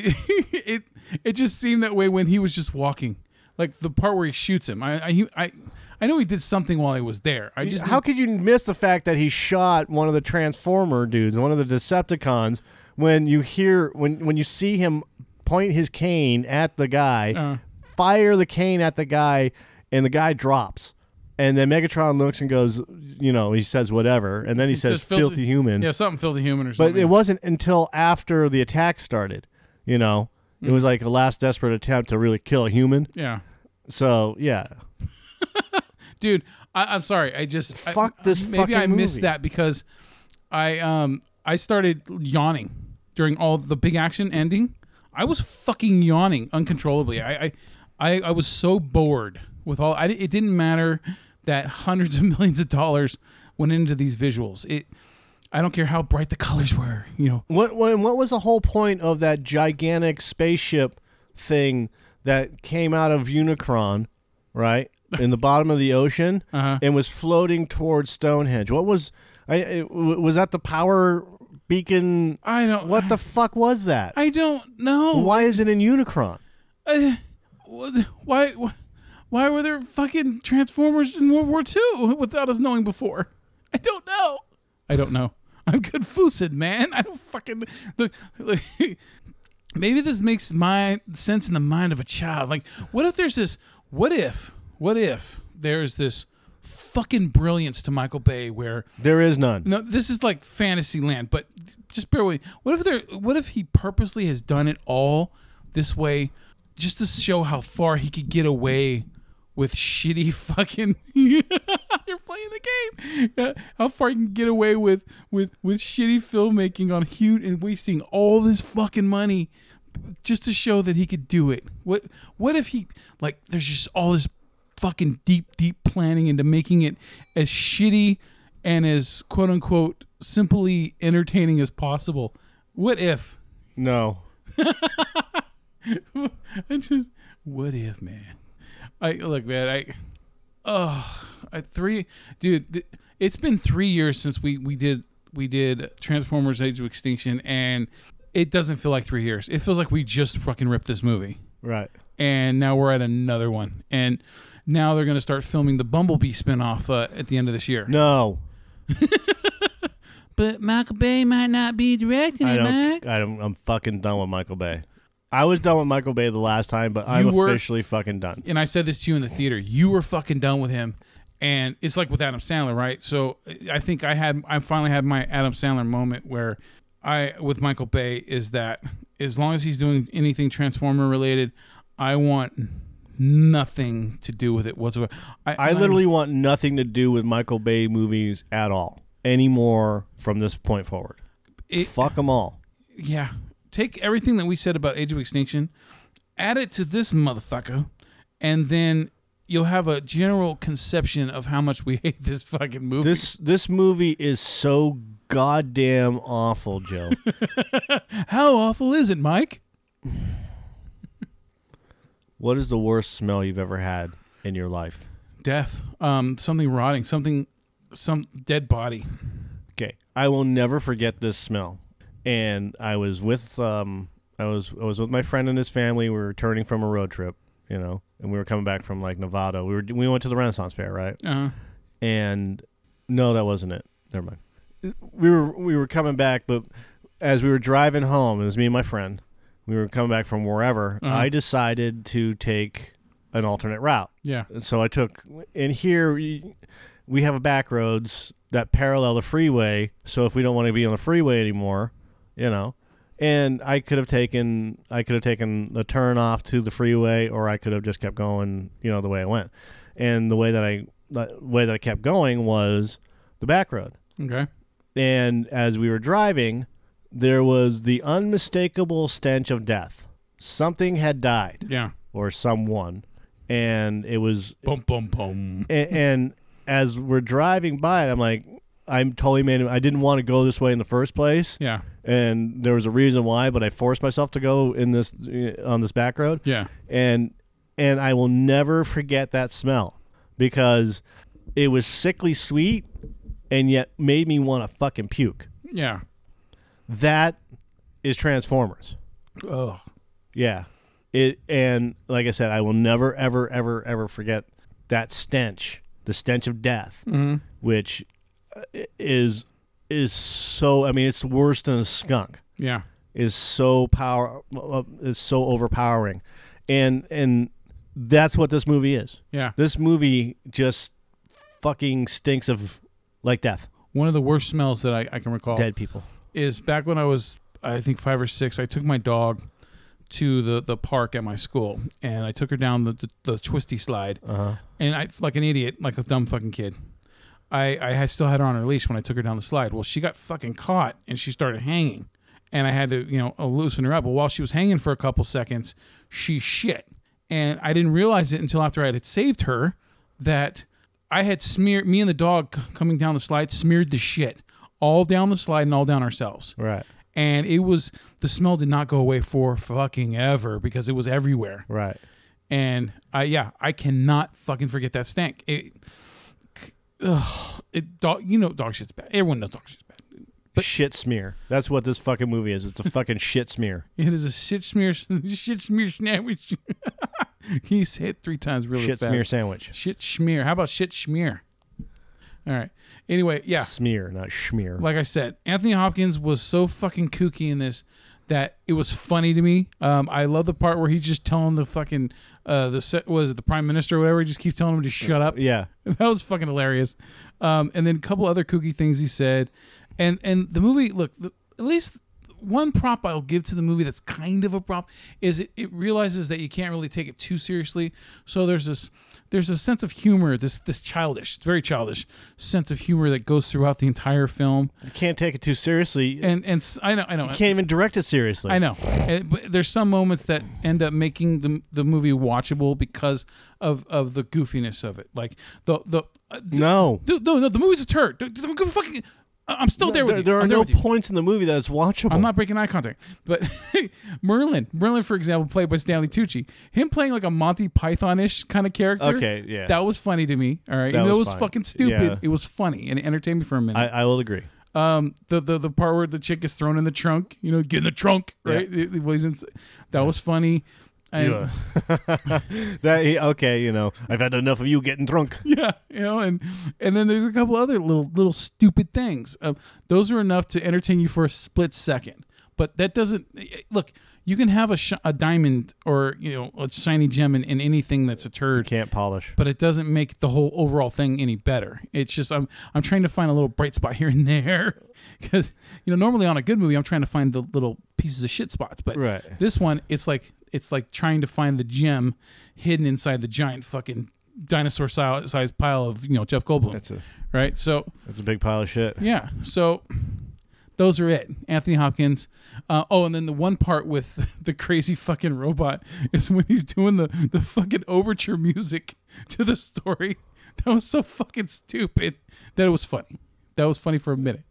Speaker 2: it, it, it just seemed that way when he was just walking. Like the part where he shoots him. I, I, he- I, I know he did something while he was there. I just
Speaker 3: How could you miss the fact that he shot one of the Transformer dudes, one of the Decepticons, when you hear when when you see him point his cane at the guy, fire the cane at the guy, and the guy drops. And then Megatron looks and goes, you know, he says whatever, and then he, says, filthy, human.
Speaker 2: Yeah, something filthy human or
Speaker 3: but
Speaker 2: something.
Speaker 3: it wasn't until after the attack started, you know. It
Speaker 2: Mm.
Speaker 3: was like a last desperate attempt to really kill a human.
Speaker 2: yeah.
Speaker 3: So yeah,
Speaker 2: Dude, I, I'm sorry. I just I-
Speaker 3: Fuck this
Speaker 2: Maybe
Speaker 3: fucking
Speaker 2: I missed
Speaker 3: movie.
Speaker 2: that because I um I started yawning during all the big action ending. I was fucking yawning uncontrollably. I I, I, I was so bored with all. I, di- it didn't matter that hundreds of millions of dollars went into these visuals. It. I don't care how bright the colors were. You know.
Speaker 3: What what what was the whole point of that gigantic spaceship thing that came out of Unicron, right? In the bottom of the ocean
Speaker 2: Uh-huh.
Speaker 3: and was floating towards Stonehenge. What was I it, w- was that the power beacon
Speaker 2: I don't.
Speaker 3: What the fuck was that?
Speaker 2: I don't know.
Speaker 3: Why is it in Unicron?
Speaker 2: Uh, what- why, why, why were there fucking Transformers in World War II without us knowing before? I don't know. I don't know. I'm confused, man. I don't fucking look. look maybe this makes my sense in the mind of a child. Like, what if there's this? What if? What if there's this fucking brilliance to Michael Bay where
Speaker 3: There is none.
Speaker 2: no, this is like fantasy land, but just bear with me. What if there what if he purposely has done it all this way just to show how far he could get away with shitty fucking you're playing the game. Uh, how far you can get away with with with shitty filmmaking on huge and wasting all this fucking money just to show that he could do it. What what if he like there's just all this fucking deep deep planning into making it as shitty and as quote unquote simply entertaining as possible. What if?
Speaker 3: No.
Speaker 2: I just what if, man? I look, man. I oh, I three, dude. Th- it's been three years since we we did we did Transformers: Age of Extinction, and it doesn't feel like three years. It feels like we just fucking ripped this movie,
Speaker 3: Right.
Speaker 2: and now we're at another one, and now they're gonna start filming the Bumblebee spinoff uh, at the end of this year.
Speaker 3: No.
Speaker 2: But Michael Bay might not be directing
Speaker 3: I
Speaker 2: it,
Speaker 3: don't,
Speaker 2: Mike.
Speaker 3: I don't. I'm fucking done with Michael Bay. I was done with Michael Bay the last time, but I'm
Speaker 2: You were-
Speaker 3: officially fucking done.
Speaker 2: and I said this to you in the theater. You were fucking done with him, and it's like with Adam Sandler, right? So uh, I think I had I finally had my Adam Sandler moment where I with Michael Bay is that as long as he's doing anything Transformer related, I want nothing to do with it whatsoever.
Speaker 3: I literally want nothing to do with Michael Bay movies at all anymore from this point forward.
Speaker 2: It-
Speaker 3: Fuck them all.
Speaker 2: yeah. Take everything that we said about Age of Extinction, add it to this motherfucker, and then you'll have a general conception of how much we hate this fucking movie.
Speaker 3: This this movie is so goddamn awful, Joe.
Speaker 2: how awful is it, Mike?
Speaker 3: what is the worst smell you've ever had in your life?
Speaker 2: death um something rotting something some dead body
Speaker 3: Okay, I will never forget this smell. And I was with um, I was I was with my friend and his family. We were returning from a road trip, you know, and we were coming back from like Nevada. We were we went to the Renaissance Fair, right?
Speaker 2: uh
Speaker 3: and no, that wasn't it. Never mind. We were we were coming back, but as we were driving home, it was me and my friend. We were coming back from wherever. I decided to take an alternate route,
Speaker 2: yeah
Speaker 3: and so I took. And here we, we have a back roads that parallel the freeway. So if we don't want to be on the freeway anymore, you know, and I could have taken I could have taken the turn off to the freeway, or I could have just kept going, you know, the way I went. And the way that I the way that I kept going was the back road.
Speaker 2: okay
Speaker 3: And as we were driving, there was the unmistakable stench of death. Something had died,
Speaker 2: yeah
Speaker 3: or someone, and it was
Speaker 2: boom boom boom
Speaker 3: and, and as we're driving by it, I'm like, I'm totally made. I didn't want to go this way in the first place,
Speaker 2: yeah
Speaker 3: and there was a reason why, but I forced myself to go in this eh, on this back road,
Speaker 2: yeah
Speaker 3: and and I will never forget that smell because it was sickly sweet, and yet made me want to fucking puke.
Speaker 2: yeah
Speaker 3: That is Transformers.
Speaker 2: oh
Speaker 3: Yeah. It and like I said, I will never ever ever ever forget that stench, the stench of death, which uh, is is so. I mean, it's worse than a skunk.
Speaker 2: yeah
Speaker 3: Is so power uh, is so overpowering, and and that's what this movie is.
Speaker 2: yeah
Speaker 3: This movie just fucking stinks of like death,
Speaker 2: one of the worst smells that i, I can recall
Speaker 3: dead people.
Speaker 2: is back when i was i think five or six i took my dog to the, the park at my school and i took her down the, the, the twisty slide and i like an idiot like a dumb fucking kid I, I had- still had her on her leash when I took her down the slide. Well, she got fucking caught and she started hanging. And I had to, you know, uh, loosen her up. But while she was hanging for a couple seconds, she shit. And I didn't realize it until after I had saved her that I had smeared, me and the dog c- coming down the slide smeared the shit all down the slide and all down ourselves.
Speaker 3: Right.
Speaker 2: And it was, the smell did not go away for fucking ever because it was everywhere
Speaker 3: Right.
Speaker 2: and I yeah, I cannot fucking forget that stank. It, ugh, it dog, you know, dog shit's bad. Everyone knows dog shit's bad.
Speaker 3: shit smear. That's what this fucking movie is. It's a fucking shit smear.
Speaker 2: It is a shit smear, shit smear sandwich. he said it three times really
Speaker 3: Shit
Speaker 2: fast.
Speaker 3: smear sandwich.
Speaker 2: Shit smear. How about shit smear? All right. Anyway, yeah.
Speaker 3: Smear, not schmear.
Speaker 2: like I said, Anthony Hopkins was so fucking kooky in this that it was funny to me. Um, I love the part where he's just telling the fucking uh, the se- was it the prime minister or whatever. He just keeps telling him to shut up.
Speaker 3: yeah.
Speaker 2: that was fucking hilarious. Um, and then a couple other kooky things he said, and and the movie. Look, the, at least one prop I'll give to the movie that's kind of a prop is it, it realizes that you can't really take it too seriously. So there's this there's a sense of humor, this this childish, it's very childish sense of humor that goes throughout the entire film.
Speaker 3: You can't take it too seriously.
Speaker 2: And and s- I know I know.
Speaker 3: you can't even direct it seriously.
Speaker 2: I know. And- but there's some moments that end up making the the movie watchable because of of the goofiness of it. Like the the uh,
Speaker 3: No.
Speaker 2: Dude, no, no, the movie's a turd. Don't, don't give a fucking. I- I'm still there with
Speaker 3: There,
Speaker 2: you.
Speaker 3: there are
Speaker 2: I'm there
Speaker 3: no
Speaker 2: with you.
Speaker 3: points in the movie that's watchable.
Speaker 2: I'm not breaking eye contact. But Merlin, Merlin, for example, played by Stanley Tucci, him playing like a Monty Python ish kind of character.
Speaker 3: Okay, yeah.
Speaker 2: That was funny to me. All right.
Speaker 3: That
Speaker 2: Even
Speaker 3: was
Speaker 2: though it was
Speaker 3: fine.
Speaker 2: fucking stupid.
Speaker 3: Yeah.
Speaker 2: It was funny and it entertained me for a minute.
Speaker 3: I, I will agree.
Speaker 2: Um, the, the the part where the chick is thrown in the trunk, you know, get in the trunk, right? It- it was ins- that was funny. And,
Speaker 3: Yeah. that he- okay, you know, I've had enough of you getting drunk.
Speaker 2: yeah, you know, and and then there's a couple other little little stupid things. Uh, those are enough to entertain you for a split second, but that doesn't look. You can have a, sh- a diamond or you know a shiny gem in, in anything that's a turd,
Speaker 3: Can't polish.
Speaker 2: but it doesn't make the whole overall thing any better. It's just I'm I'm trying to find a little bright spot here and there because you know normally on a good movie I'm trying to find the little pieces of shit spots, but
Speaker 3: Right.
Speaker 2: this one it's like it's like trying to find the gem hidden inside the giant fucking dinosaur si- sized pile of you know Jeff Goldblum,
Speaker 3: That's a
Speaker 2: right? So
Speaker 3: that's a big pile of shit.
Speaker 2: yeah, so those are it. Anthony Hopkins. Uh, oh, and then the one part with the crazy fucking robot is when he's doing the, the fucking overture music to the story. That was so fucking stupid that it was funny. That was funny for a minute.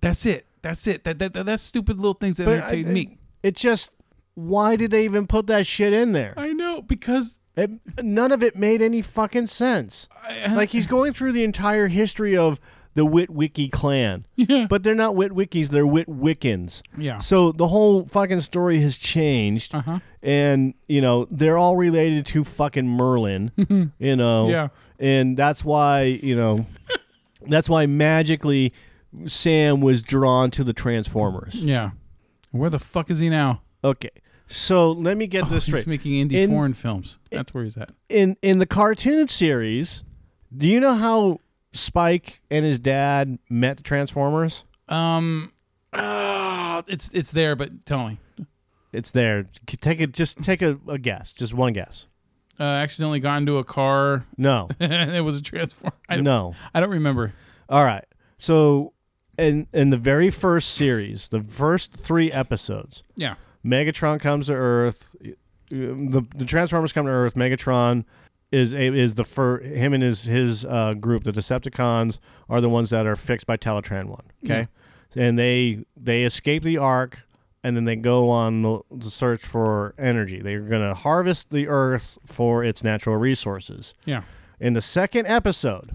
Speaker 2: That's it. That's it. That that, that that's stupid little things that
Speaker 3: But I-
Speaker 2: entertain me.
Speaker 3: It just why did they even put that shit in there?
Speaker 2: I know because
Speaker 3: It- none of it made any fucking sense.
Speaker 2: I,
Speaker 3: Like he's going through the entire history of the Witwicky clan.
Speaker 2: yeah,
Speaker 3: But they're not Witwickies, they're Witwickens.
Speaker 2: yeah,
Speaker 3: So the whole fucking story has changed.
Speaker 2: uh huh,
Speaker 3: and you know they're all related to fucking Merlin, you know,
Speaker 2: Yeah.
Speaker 3: and that's why you know that's why magically Sam was drawn to the Transformers.
Speaker 2: yeah. Where the fuck is he now?
Speaker 3: Okay, so let me get this
Speaker 2: Oh, He's
Speaker 3: straight.
Speaker 2: making indie
Speaker 3: In-
Speaker 2: foreign films. That's where he's at.
Speaker 3: In in the cartoon series, do you know how Spike and his dad met the Transformers?
Speaker 2: Um, ah, it's it's there, but tell me.
Speaker 3: It's there. C- Take it. Just take a, a guess. Just one guess.
Speaker 2: Uh, accidentally got into a car
Speaker 3: No.
Speaker 2: and it was a transformer. I don't,
Speaker 3: no.
Speaker 2: I don't remember.
Speaker 3: All right. So in in the very first series, the first 3 episodes,
Speaker 2: Yeah,
Speaker 3: Megatron comes to Earth, uh, the the Transformers come to Earth, Megatron is a, is the fir- him and his his uh, group, the Decepticons are the ones that are fixed by Teletran 1, okay? And they they escape the ark and then they go on the, the search for energy. They're going to harvest the earth for its natural resources
Speaker 2: yeah,
Speaker 3: in the second episode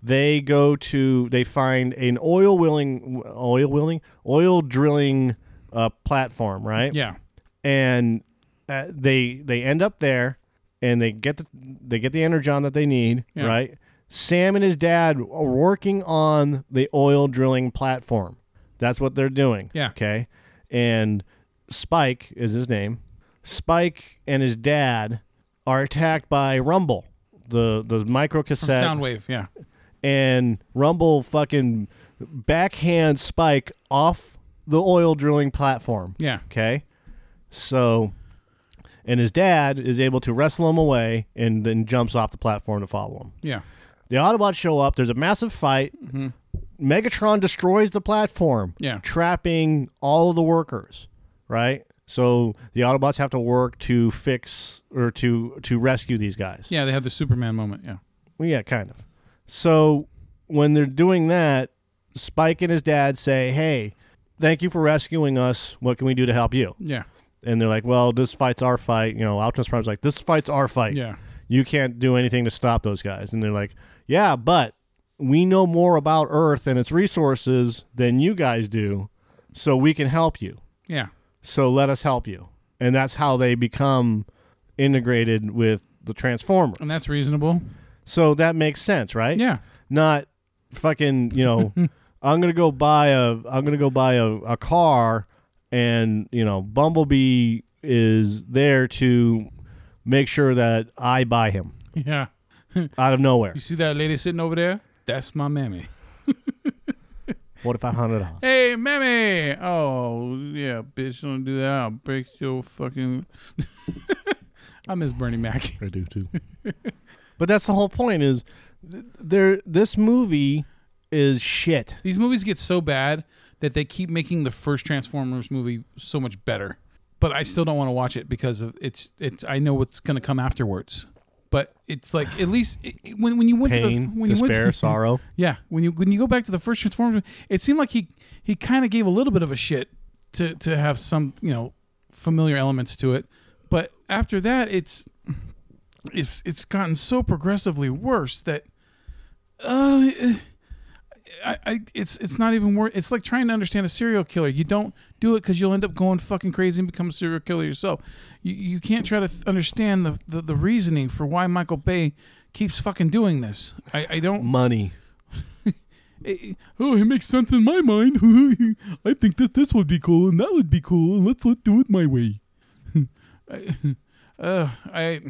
Speaker 3: they go to they find an oil willing oil willing oil drilling uh, platform right
Speaker 2: yeah.
Speaker 3: and uh, they they end up there and they get the they get the energon that they need
Speaker 2: Yeah.
Speaker 3: right sam and his dad are working on the oil drilling platform that's what they're doing
Speaker 2: Yeah.
Speaker 3: okay and spike is his name spike and his dad are attacked by rumble the the micro cassette
Speaker 2: Soundwave. Yeah,
Speaker 3: and rumble fucking backhand spike off the oil drilling platform
Speaker 2: yeah,
Speaker 3: Okay. So, and his dad is able to wrestle him away and then jumps off the platform to follow him.
Speaker 2: yeah,
Speaker 3: The Autobots show up. There's a massive fight. Megatron destroys the platform,
Speaker 2: Mm-hmm. Yeah.
Speaker 3: trapping all of the workers, right? So the Autobots have to work to fix or to to rescue these guys.
Speaker 2: yeah. They had the Superman moment. Yeah,
Speaker 3: Well, yeah, kind of. So when they're doing that, Spike and his dad say, "Hey, thank you for rescuing us. What can we do to help you?"
Speaker 2: yeah,
Speaker 3: and they're like, "Well, this fight's our fight." You know, Optimus Prime's like, "This fight's our fight.
Speaker 2: yeah,
Speaker 3: You can't do anything to stop those guys." And they're like, "Yeah, but we know more about Earth and its resources than you guys do, so we can help you.
Speaker 2: yeah,
Speaker 3: So let us help you." And that's how they become integrated with the Transformer.
Speaker 2: and that's reasonable.
Speaker 3: So that makes sense, right?
Speaker 2: Yeah,
Speaker 3: Not fucking, you know, I'm gonna go buy a I'm gonna go buy a, a car and you know, Bumblebee is there to make sure that I buy him
Speaker 2: yeah.
Speaker 3: out of nowhere.
Speaker 2: You see that lady sitting over there? That's my mammy.
Speaker 3: What if I hundred dollars?
Speaker 2: Hey, mammy. Oh yeah, bitch, don't do that. I'll break your fucking. I miss Bernie Mac.
Speaker 3: I do too. but that's the whole point is th- there this movie is shit.
Speaker 2: These movies get so bad that they keep making the first Transformers movie so much better. But I still don't want to watch it because of it's it's I know what's going to come afterwards. But it's like at least it, it- when when you went to the
Speaker 3: Pain,
Speaker 2: when you
Speaker 3: despair,
Speaker 2: went to,
Speaker 3: sorrow.
Speaker 2: yeah when you when you go back to the first Transformers, it seemed like he he kind of gave a little bit of a shit to to have some you know familiar elements to it. But after that, it's it's it's gotten so progressively worse that uh, I, I it's it's not even worth. It's like trying to understand a serial killer. You don't do it because you'll end up going fucking crazy and become a serial killer yourself. You you can't try to th- understand the, the the reasoning for why Michael Bay keeps fucking doing this. I I don't.
Speaker 3: Money.
Speaker 2: eh, oh, it makes sense in my mind. I think that this would be cool and that would be cool. And let's let do it my way. I, uh, I.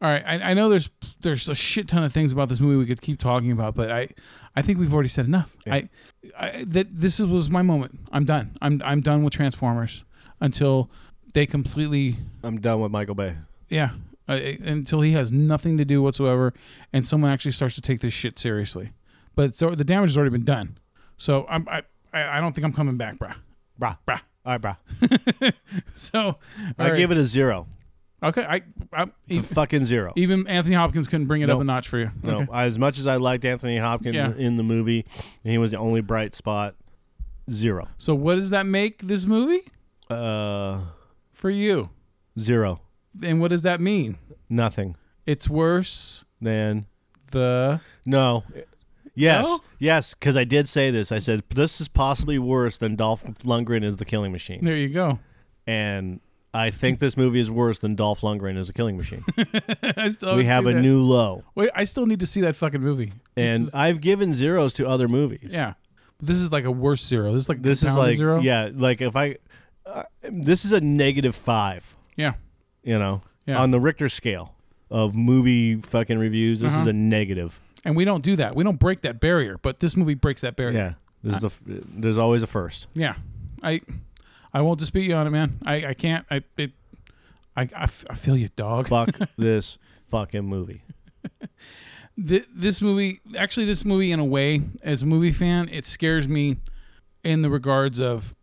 Speaker 2: All right, I, I know there's there's a shit ton of things about this movie we could keep talking about, but I I think we've already said enough. I, I that this is, was my moment. I'm done. I'm I'm done with Transformers until they completely
Speaker 3: I'm done with Michael Bay.
Speaker 2: yeah uh, until he has nothing to do whatsoever and someone actually starts to take this shit seriously. But so the damage has already been done. So I'm I I I don't think I'm coming back, bruh.
Speaker 3: Brah.
Speaker 2: Bruh.
Speaker 3: All right, brah.
Speaker 2: So
Speaker 3: I give it a zero.
Speaker 2: okay. I, I e-,
Speaker 3: It's a fucking zero.
Speaker 2: even Anthony Hopkins couldn't bring it up
Speaker 3: No.
Speaker 2: a notch for you.
Speaker 3: No,
Speaker 2: Okay.
Speaker 3: as much as I liked Anthony Hopkins
Speaker 2: Yeah.
Speaker 3: in the movie, he was the only bright spot. Zero.
Speaker 2: So what does that make this movie
Speaker 3: Uh,
Speaker 2: for you?
Speaker 3: zero.
Speaker 2: And what does that mean?
Speaker 3: Nothing.
Speaker 2: It's worse
Speaker 3: Then
Speaker 2: the
Speaker 3: no. Yes,
Speaker 2: No?
Speaker 3: yes, because I did say this. I said this is possibly worse than Dolph Lundgren is the Killing Machine,
Speaker 2: There you go.
Speaker 3: and I think this movie is worse than Dolph Lundgren is the Killing Machine.
Speaker 2: I still
Speaker 3: we
Speaker 2: haven't
Speaker 3: have a
Speaker 2: seen that.
Speaker 3: new low,
Speaker 2: Wait, I still need to see that fucking movie. Just
Speaker 3: and
Speaker 2: as-
Speaker 3: I've given zeros to other movies.
Speaker 2: yeah. But this is like a worse zero. This is like
Speaker 3: this is
Speaker 2: compound
Speaker 3: like
Speaker 2: zero.
Speaker 3: yeah, like if I, uh, this is a negative five.
Speaker 2: Yeah.
Speaker 3: you know,
Speaker 2: Yeah.
Speaker 3: on the Richter scale of movie fucking reviews. This
Speaker 2: Uh-huh.
Speaker 3: is a negative.
Speaker 2: And we don't do that. We don't break that barrier, but this movie breaks that barrier.
Speaker 3: Yeah, this is a, there's always a first.
Speaker 2: Yeah. I I won't dispute you on it, man. I, I can't I it I, I, f- I feel you, dog.
Speaker 3: Fuck this fucking movie.
Speaker 2: Th- this movie, actually, this movie, in a way, as a movie fan, it scares me in the regards of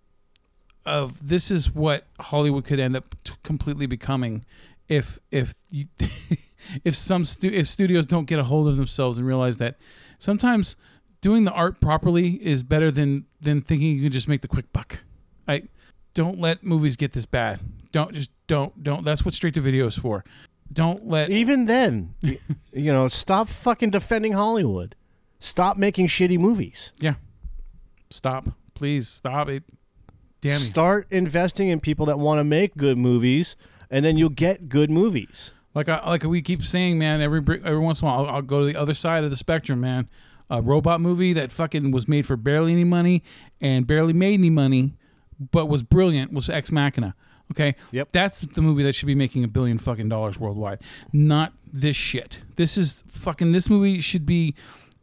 Speaker 2: of this is what Hollywood could end up t- completely becoming if if you, if some stu- if studios don't get a hold of themselves and realize that sometimes doing the art properly is better than than thinking you can just make the quick buck. I don't let movies get this bad. Don't just don't don't. That's what straight to video is for. Don't let
Speaker 3: Even then, y- you know, stop fucking defending Hollywood. Stop making shitty movies.
Speaker 2: Yeah. Stop. Please stop it. Damn you.
Speaker 3: Start investing in people that want to make good movies, and then you'll get good movies.
Speaker 2: Like I, like we keep saying, man, every br- every once in a while I'll, I'll go to the other side of the spectrum, man. A robot movie that fucking was made for barely any money and barely made any money, but was brilliant was Ex Machina. Okay?
Speaker 3: Yep.
Speaker 2: That's the movie that should be making a billion fucking dollars worldwide. Not this shit. This is fucking this movie should be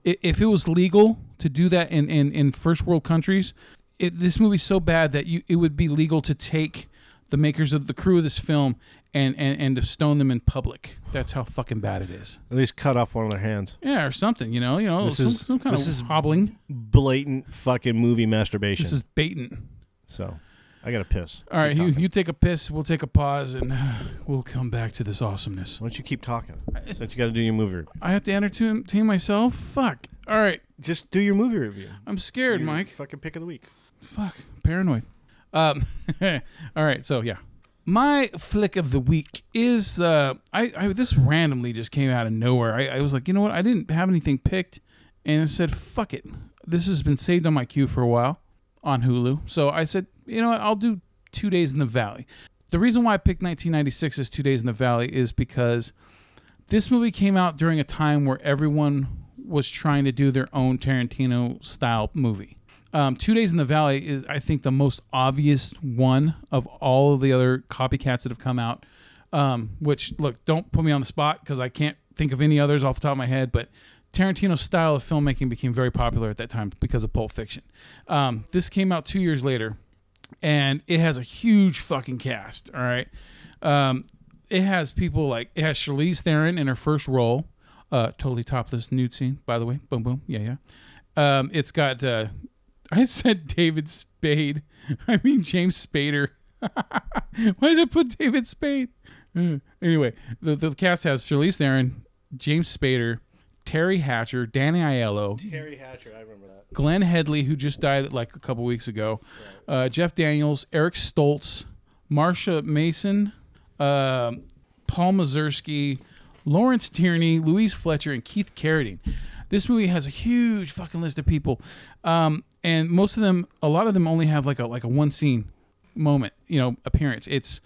Speaker 2: i- if it was legal to do that in in, in first world countries, it, this movie's so bad that you it would be legal to take the makers of the crew of this film and and and to stone them in public. That's how fucking bad it is.
Speaker 3: At least cut off one of their hands.
Speaker 2: Yeah, or something. You know, you know,
Speaker 3: This
Speaker 2: some,
Speaker 3: is-
Speaker 2: some kind
Speaker 3: this
Speaker 2: of
Speaker 3: is-
Speaker 2: hobbling.
Speaker 3: Blatant fucking movie masturbation.
Speaker 2: This is baiting.
Speaker 3: so, I gotta piss.
Speaker 2: All right,
Speaker 3: Keep
Speaker 2: you,
Speaker 3: talking.
Speaker 2: you take a piss. We'll take a pause, and we'll come back to this awesomeness.
Speaker 3: Why don't you keep talking? Since you gotta do your movie, review.
Speaker 2: I have to entertain myself. Fuck. All right,
Speaker 3: just do your movie review.
Speaker 2: I'm scared, Mike.
Speaker 3: Fucking pick of the week.
Speaker 2: Fuck, paranoid. Um, all right, so yeah, my flick of the week is uh, I, I this randomly just came out of nowhere. I, I was like, you know what? I didn't have anything picked, and I said, fuck it. This has been saved on my queue for a while on Hulu, so I said, you know what? I'll do Two Days in the Valley. The reason why I picked 1996 as Two Days in the Valley is because this movie came out during a time where everyone was trying to do their own Tarantino style movie. Um, Two Days in the Valley is, I think, the most obvious one of all of the other copycats that have come out. Um, which, look, don't put me on the spot because I can't think of any others off the top of my head, but Tarantino's style of filmmaking became very popular at that time because of Pulp Fiction. Um, this came out two years later and it has a huge fucking cast. All right, um, it has people like it has Charlize Theron in her first role, uh, totally topless nude scene. By the way, boom boom, yeah yeah. Um, it's got uh, I said David Spade, I mean James Spader. Why did I put David Spade? Uh, Anyway, the the cast has Charlize Theron, James Spader, Terry Hatcher, Danny Aiello,
Speaker 3: Harry Hatcher, I remember that.
Speaker 2: Glenn Headley, who just died like a couple weeks ago, uh, Jeff Daniels, Eric Stoltz, Marsha Mason, uh, um Paul Mazursky, Lawrence Tierney, Louise Fletcher, and Keith Carradine. This movie has a huge fucking list of people, um, and most of them, a lot of them, only have like a like a one scene moment, you know, appearance. It's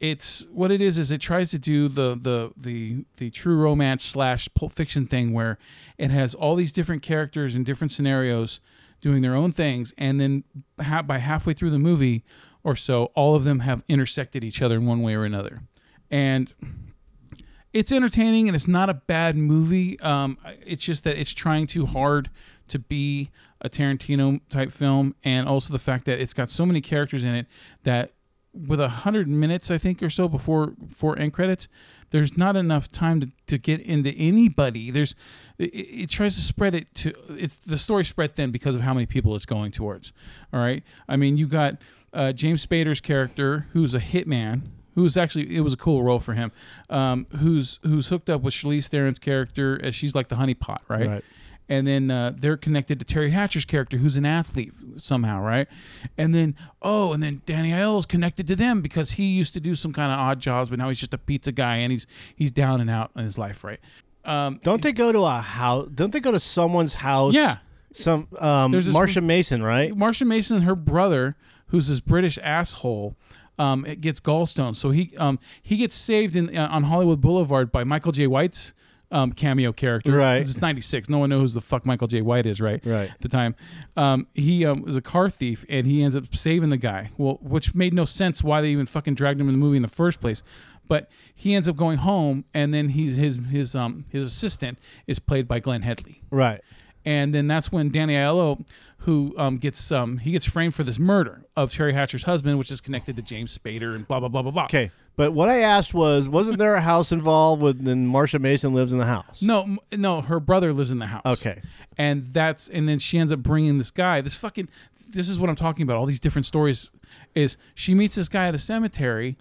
Speaker 2: it's what it is is it tries to do the the the the true romance slash Pulp Fiction thing where it has all these different characters and different scenarios doing their own things, and then ha- by halfway through the movie or so, all of them have intersected each other in one way or another, and it's entertaining and it's not a bad movie. Um, it's just that it's trying too hard to be a Tarantino type film, and also the fact that it's got so many characters in it that with a hundred minutes, I think, or so before before end credits, there's not enough time to, to get into anybody. There's it, it tries to spread it to it's the story spread thin because of how many people it's going towards. All right, I mean you got uh, James Spader's character who's a hitman who's actually it was a cool role for him, um, who's who's hooked up with Charlize Theron's character as she's like the honeypot, right?
Speaker 3: Right.
Speaker 2: And then uh, they're connected to Terry Hatcher's character, who's an athlete somehow, right? And then oh, and then Danny Aiello's connected to them because he used to do some kind of odd jobs, but now he's just a pizza guy and he's he's down and out in his life, right?
Speaker 3: Don't they go to a house? Don't they go to someone's house?
Speaker 2: Yeah.
Speaker 3: Some um,
Speaker 2: There's this-
Speaker 3: Marsha Mason, right?
Speaker 2: Marsha Mason, her brother, who's this British asshole, um, it gets gallstones. So he um, he gets saved in uh, on Hollywood Boulevard by Michael J. White's um, cameo character.
Speaker 3: Right.
Speaker 2: 'Cause It's '96. No one knows who the fuck Michael J. White is, right?
Speaker 3: Right.
Speaker 2: At the time, um, he um, was a car thief, and he ends up saving the guy. Well, which made no sense why they even fucking dragged him in the movie in the first place. But he ends up going home, and then he's his his um his assistant is played by Glenn Headley
Speaker 3: Right.
Speaker 2: and then that's when Danny Aiello, who um, gets um, he gets framed for this murder of Terry Hatcher's husband, which is connected to James Spader and blah blah blah blah blah.
Speaker 3: Okay. But what I asked was, wasn't there a house involved with then Marsha Mason lives in the house?
Speaker 2: No, m- no, her brother lives in the house.
Speaker 3: Okay.
Speaker 2: and that's and then she ends up bringing this guy. This fucking this is what I'm talking about. All these different stories is she meets this guy at a cemetery.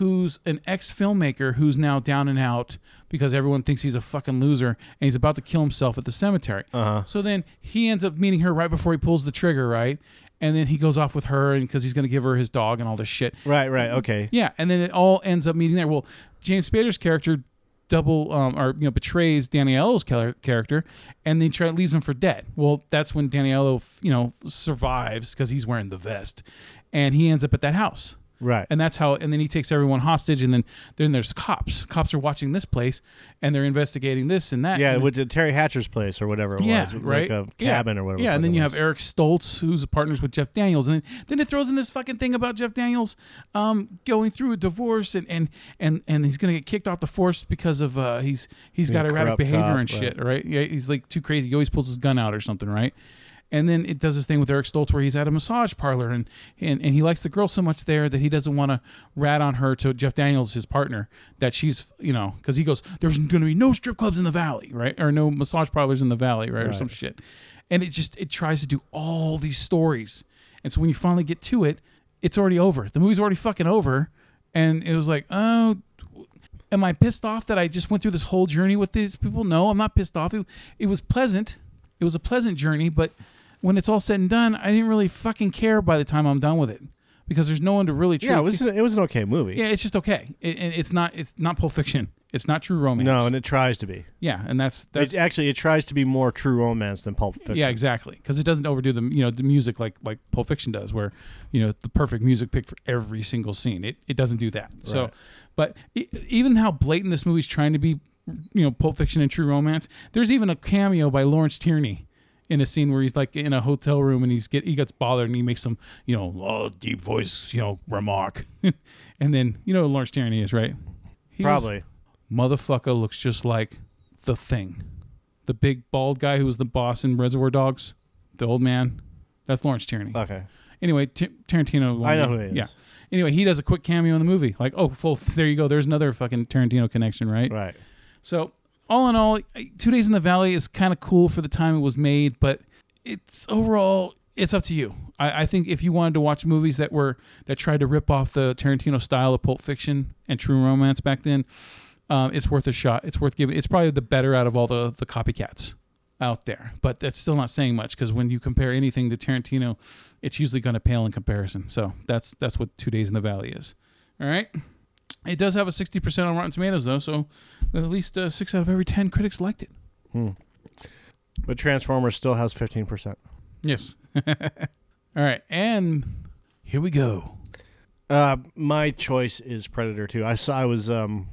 Speaker 2: Who's an ex filmmaker who's now down and out because everyone thinks he's a fucking loser and he's about to kill himself at the cemetery. Uh-huh. So then he ends up meeting her right before he pulls the trigger, right? And then he goes off with her and because he's going to give her his dog and all this shit.
Speaker 3: Right, right. Okay.
Speaker 2: Yeah, and then it all ends up meeting there. Well, James Spader's character double um, or you know betrays Daniello's char- character, and then try leaves him for dead. Well, that's when Daniello f- you know survives because he's wearing the vest, and he ends up at that house.
Speaker 3: Right.
Speaker 2: And that's how. And then he takes everyone hostage, and then then there's cops. Cops are watching this place, and they're investigating this and that.
Speaker 3: Yeah,
Speaker 2: and
Speaker 3: with the Terry Hatcher's place or whatever it was. Like
Speaker 2: right?
Speaker 3: a
Speaker 2: Yeah.
Speaker 3: cabin or whatever.
Speaker 2: Yeah,
Speaker 3: the
Speaker 2: and then
Speaker 3: fuck it
Speaker 2: you
Speaker 3: was.
Speaker 2: have Eric Stoltz, who's partners with Jeff Daniels, and then, then it throws in this fucking thing about Jeff Daniels um, going through a divorce, and and and and he's gonna get kicked off the force because of uh, he's he's got
Speaker 3: a
Speaker 2: erratic
Speaker 3: corrupt
Speaker 2: behavior
Speaker 3: cop,
Speaker 2: and shit, right? Yeah, he's like too crazy. He always pulls his gun out or something, right? And then it does this thing with Eric Stoltz where he's at a massage parlor and, and, and he likes the girl so much there that he doesn't want to rat on her to Jeff Daniels, his partner, that she's, you know, because he goes, there's going to be no strip clubs in the valley, right? Or no massage parlors in the valley, right? Or some shit. And it just, it tries to do all these stories. And so when you finally get to it, it's already over. The movie's already fucking over. And it was like, oh, am I pissed off that I just went through this whole journey with these people? No, I'm not pissed off. It, it was pleasant. It was a pleasant journey, but when it's all said and done, I didn't really fucking care by the time I'm done with it because there's no one to really.
Speaker 3: Yeah,
Speaker 2: truly-
Speaker 3: it was, it was an okay movie.
Speaker 2: yeah, it's just okay. It, it- it's not. It's not Pulp Fiction. It's not true romance.
Speaker 3: No, and it tries to be.
Speaker 2: yeah, and that's that's
Speaker 3: It actually it tries to be more true romance than Pulp Fiction.
Speaker 2: yeah, exactly. Because it doesn't overdo the you know the music like like Pulp Fiction does, where you know the perfect music picked for every single scene. It it doesn't do that. So, but e- even how blatant this movie's trying to be, you know, Pulp Fiction and True Romance. There's even a cameo by Lawrence Tierney in a scene where he's like in a hotel room and he's get he gets bothered and he makes some you know oh, deep voice you know remark, and then you know who Lawrence Tierney is right. He was-
Speaker 3: Probably.
Speaker 2: motherfucker looks just like the thing. The big bald guy who was the boss in Reservoir Dogs, the old man. That's Lawrence Tierney.
Speaker 3: Okay.
Speaker 2: Anyway, T- Tarantino.
Speaker 3: Uh, I know who he is.
Speaker 2: Yeah. Anyway, he does a quick cameo in the movie. Like, oh, full. There you go. There's another fucking Tarantino connection, right?
Speaker 3: Right.
Speaker 2: So, all in all, Two Days in the Valley is kind of cool for the time it was made, but it's overall, it's up to you. I, I think if you wanted to watch movies that were that tried to rip off the Tarantino style of Pulp Fiction and True Romance back then, um, it's worth a shot. It's worth giving. It's probably the better out of all the the copycats out there, but that's still not saying much because when you compare anything to Tarantino, it's usually going to pale in comparison. So that's that's what Two Days in the Valley is. All right. It does have a 60% on Rotten Tomatoes, though, so at least uh, six out of every 10 critics liked it.
Speaker 3: But Transformers still has 15%.
Speaker 2: Yes. All right, and here we go.
Speaker 3: Uh, my choice is Predator 2. I saw I was um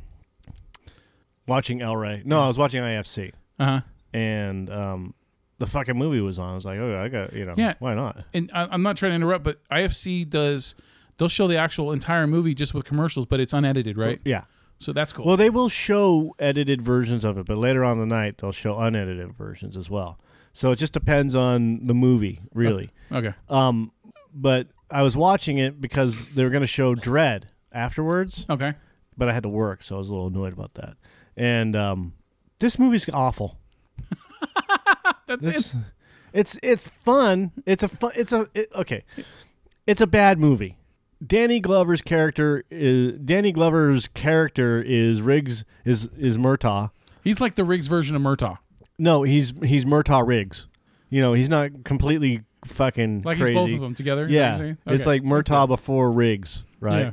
Speaker 3: watching El Rey. No, I was watching IFC
Speaker 2: Uh huh.
Speaker 3: and um the fucking movie was on. I was like, "Oh, I got, you know,
Speaker 2: Yeah.
Speaker 3: why not?"
Speaker 2: And I, I'm not trying to interrupt, but IFC does. They'll show the actual entire movie just with commercials, but it's unedited, right?
Speaker 3: Yeah.
Speaker 2: So that's cool.
Speaker 3: Well, they will show edited versions of it, but later on in the night they'll show unedited versions as well. So it just depends on the movie, really.
Speaker 2: okay.
Speaker 3: Um, but I was watching it because they were going to show Dread afterwards,
Speaker 2: Okay.
Speaker 3: but I had to work, so I was a little annoyed about that. And um, this movie's awful.
Speaker 2: That's
Speaker 3: It's
Speaker 2: it.
Speaker 3: it's it's fun. It's a fun. It's a it, okay. It's a bad movie. Danny Glover's character is Danny Glover's character is Riggs is is Murtaugh.
Speaker 2: He's like the Riggs version of Murtaugh.
Speaker 3: No, he's he's Murtaugh Riggs. You know, he's not completely fucking
Speaker 2: Like
Speaker 3: crazy.
Speaker 2: he's both of them together. you know what
Speaker 3: Yeah,
Speaker 2: I'm saying?
Speaker 3: it's
Speaker 2: Okay.
Speaker 3: like Murtaugh before Riggs, right?
Speaker 2: Yeah.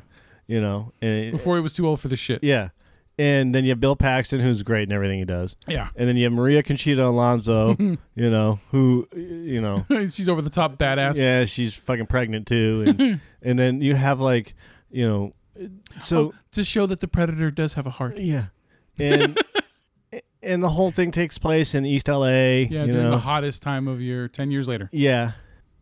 Speaker 3: You know, and,
Speaker 2: before he was too old for this shit.
Speaker 3: yeah, and then you have Bill Paxton, who's great in everything he does,
Speaker 2: Yeah.
Speaker 3: and then you have Maria Conchita Alonso, you know, who you know,
Speaker 2: She's over the top badass.
Speaker 3: yeah, she's fucking pregnant too, and, and then you have like, you know, so
Speaker 2: To show that the predator does have a heart.
Speaker 3: yeah, and and the whole thing takes place in East L.A.
Speaker 2: Yeah,
Speaker 3: you
Speaker 2: during
Speaker 3: know?
Speaker 2: the hottest time of year, ten years later.
Speaker 3: Yeah.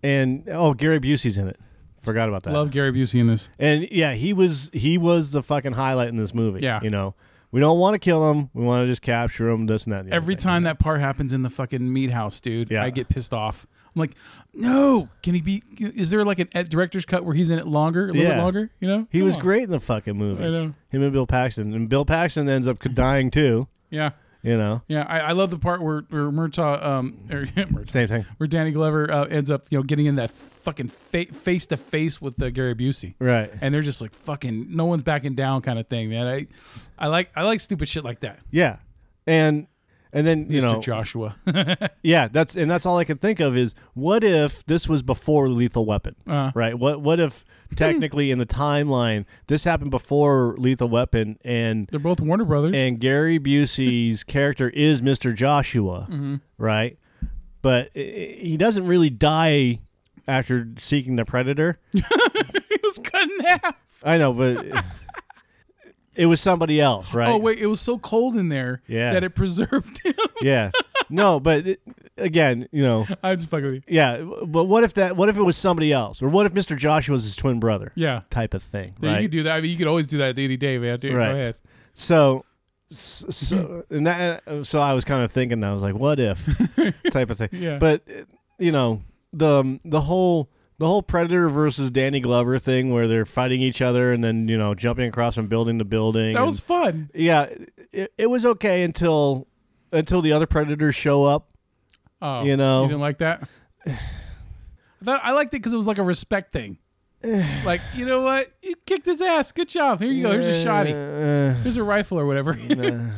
Speaker 3: And oh, Gary Busey's in it. Forgot about that.
Speaker 2: Love Gary Busey in this.
Speaker 3: And yeah, he was he was the fucking highlight in this movie.
Speaker 2: Yeah.
Speaker 3: You know. We don't want to kill him. We want to just capture him, this and that. and the
Speaker 2: Every
Speaker 3: other thing.
Speaker 2: time that part happens in the fucking meat house, dude,
Speaker 3: Yeah.
Speaker 2: I get pissed off. I'm like, no, can he be? Is there like an ed- director's cut where he's in it longer, a little bit
Speaker 3: Yeah.
Speaker 2: longer? You know,
Speaker 3: He
Speaker 2: Come
Speaker 3: was
Speaker 2: on.
Speaker 3: great in the fucking movie.
Speaker 2: I know.
Speaker 3: Him and Bill Paxton. And Bill Paxton ends up dying too,
Speaker 2: Yeah,
Speaker 3: you know.
Speaker 2: yeah. I, I love the part where where Murtaugh, um, or Murtaugh,
Speaker 3: Same thing.
Speaker 2: where Danny Glover uh, ends up, you know, getting in that fucking face to face with uh, Gary Busey.
Speaker 3: Right.
Speaker 2: And they're just like fucking, no one's backing down, kind of thing, man. I, I like, I like stupid shit like that,
Speaker 3: Yeah. And and then you
Speaker 2: Mister
Speaker 3: know
Speaker 2: Joshua.
Speaker 3: Yeah, that's and that's all I can think of is what if this was before Lethal Weapon,
Speaker 2: Uh.
Speaker 3: right? What what if technically in the timeline this happened before Lethal Weapon and
Speaker 2: they're both Warner Brothers.
Speaker 3: and Gary Busey's character is Mr. Joshua,
Speaker 2: Mm-hmm.
Speaker 3: right? But i- i- he doesn't really die after seeking the predator.
Speaker 2: he was cut in half.
Speaker 3: I know, but it was somebody else, right?
Speaker 2: Oh wait, it was so cold in there
Speaker 3: Yeah.
Speaker 2: that it preserved him.
Speaker 3: yeah. No, but it- again, you know,
Speaker 2: I just fuck with you.
Speaker 3: Yeah, but what if that? What if it was somebody else, or what if Mr. Joshua's his twin brother?
Speaker 2: Yeah.
Speaker 3: type of thing,
Speaker 2: Yeah, You
Speaker 3: right?
Speaker 2: could do that. I mean, you could always do that day to day, man. Dude,
Speaker 3: Right.
Speaker 2: Go ahead.
Speaker 3: so, s- so and that, so I was kind of thinking that I was like, what if type of thing.
Speaker 2: Yeah.
Speaker 3: But uh, you know the um, the whole the whole Predator versus Danny Glover thing, where they're fighting each other and then you know jumping across from building to building.
Speaker 2: That
Speaker 3: and-
Speaker 2: was fun.
Speaker 3: yeah, it, it was okay until until the other Predators show up.
Speaker 2: Oh,
Speaker 3: You know.
Speaker 2: you didn't like that. I thought I liked it because it was like a respect thing. like you know what, you kicked his ass. Good job. Here you go. Here's a shoddy.
Speaker 3: Uh,
Speaker 2: Here's a rifle or whatever.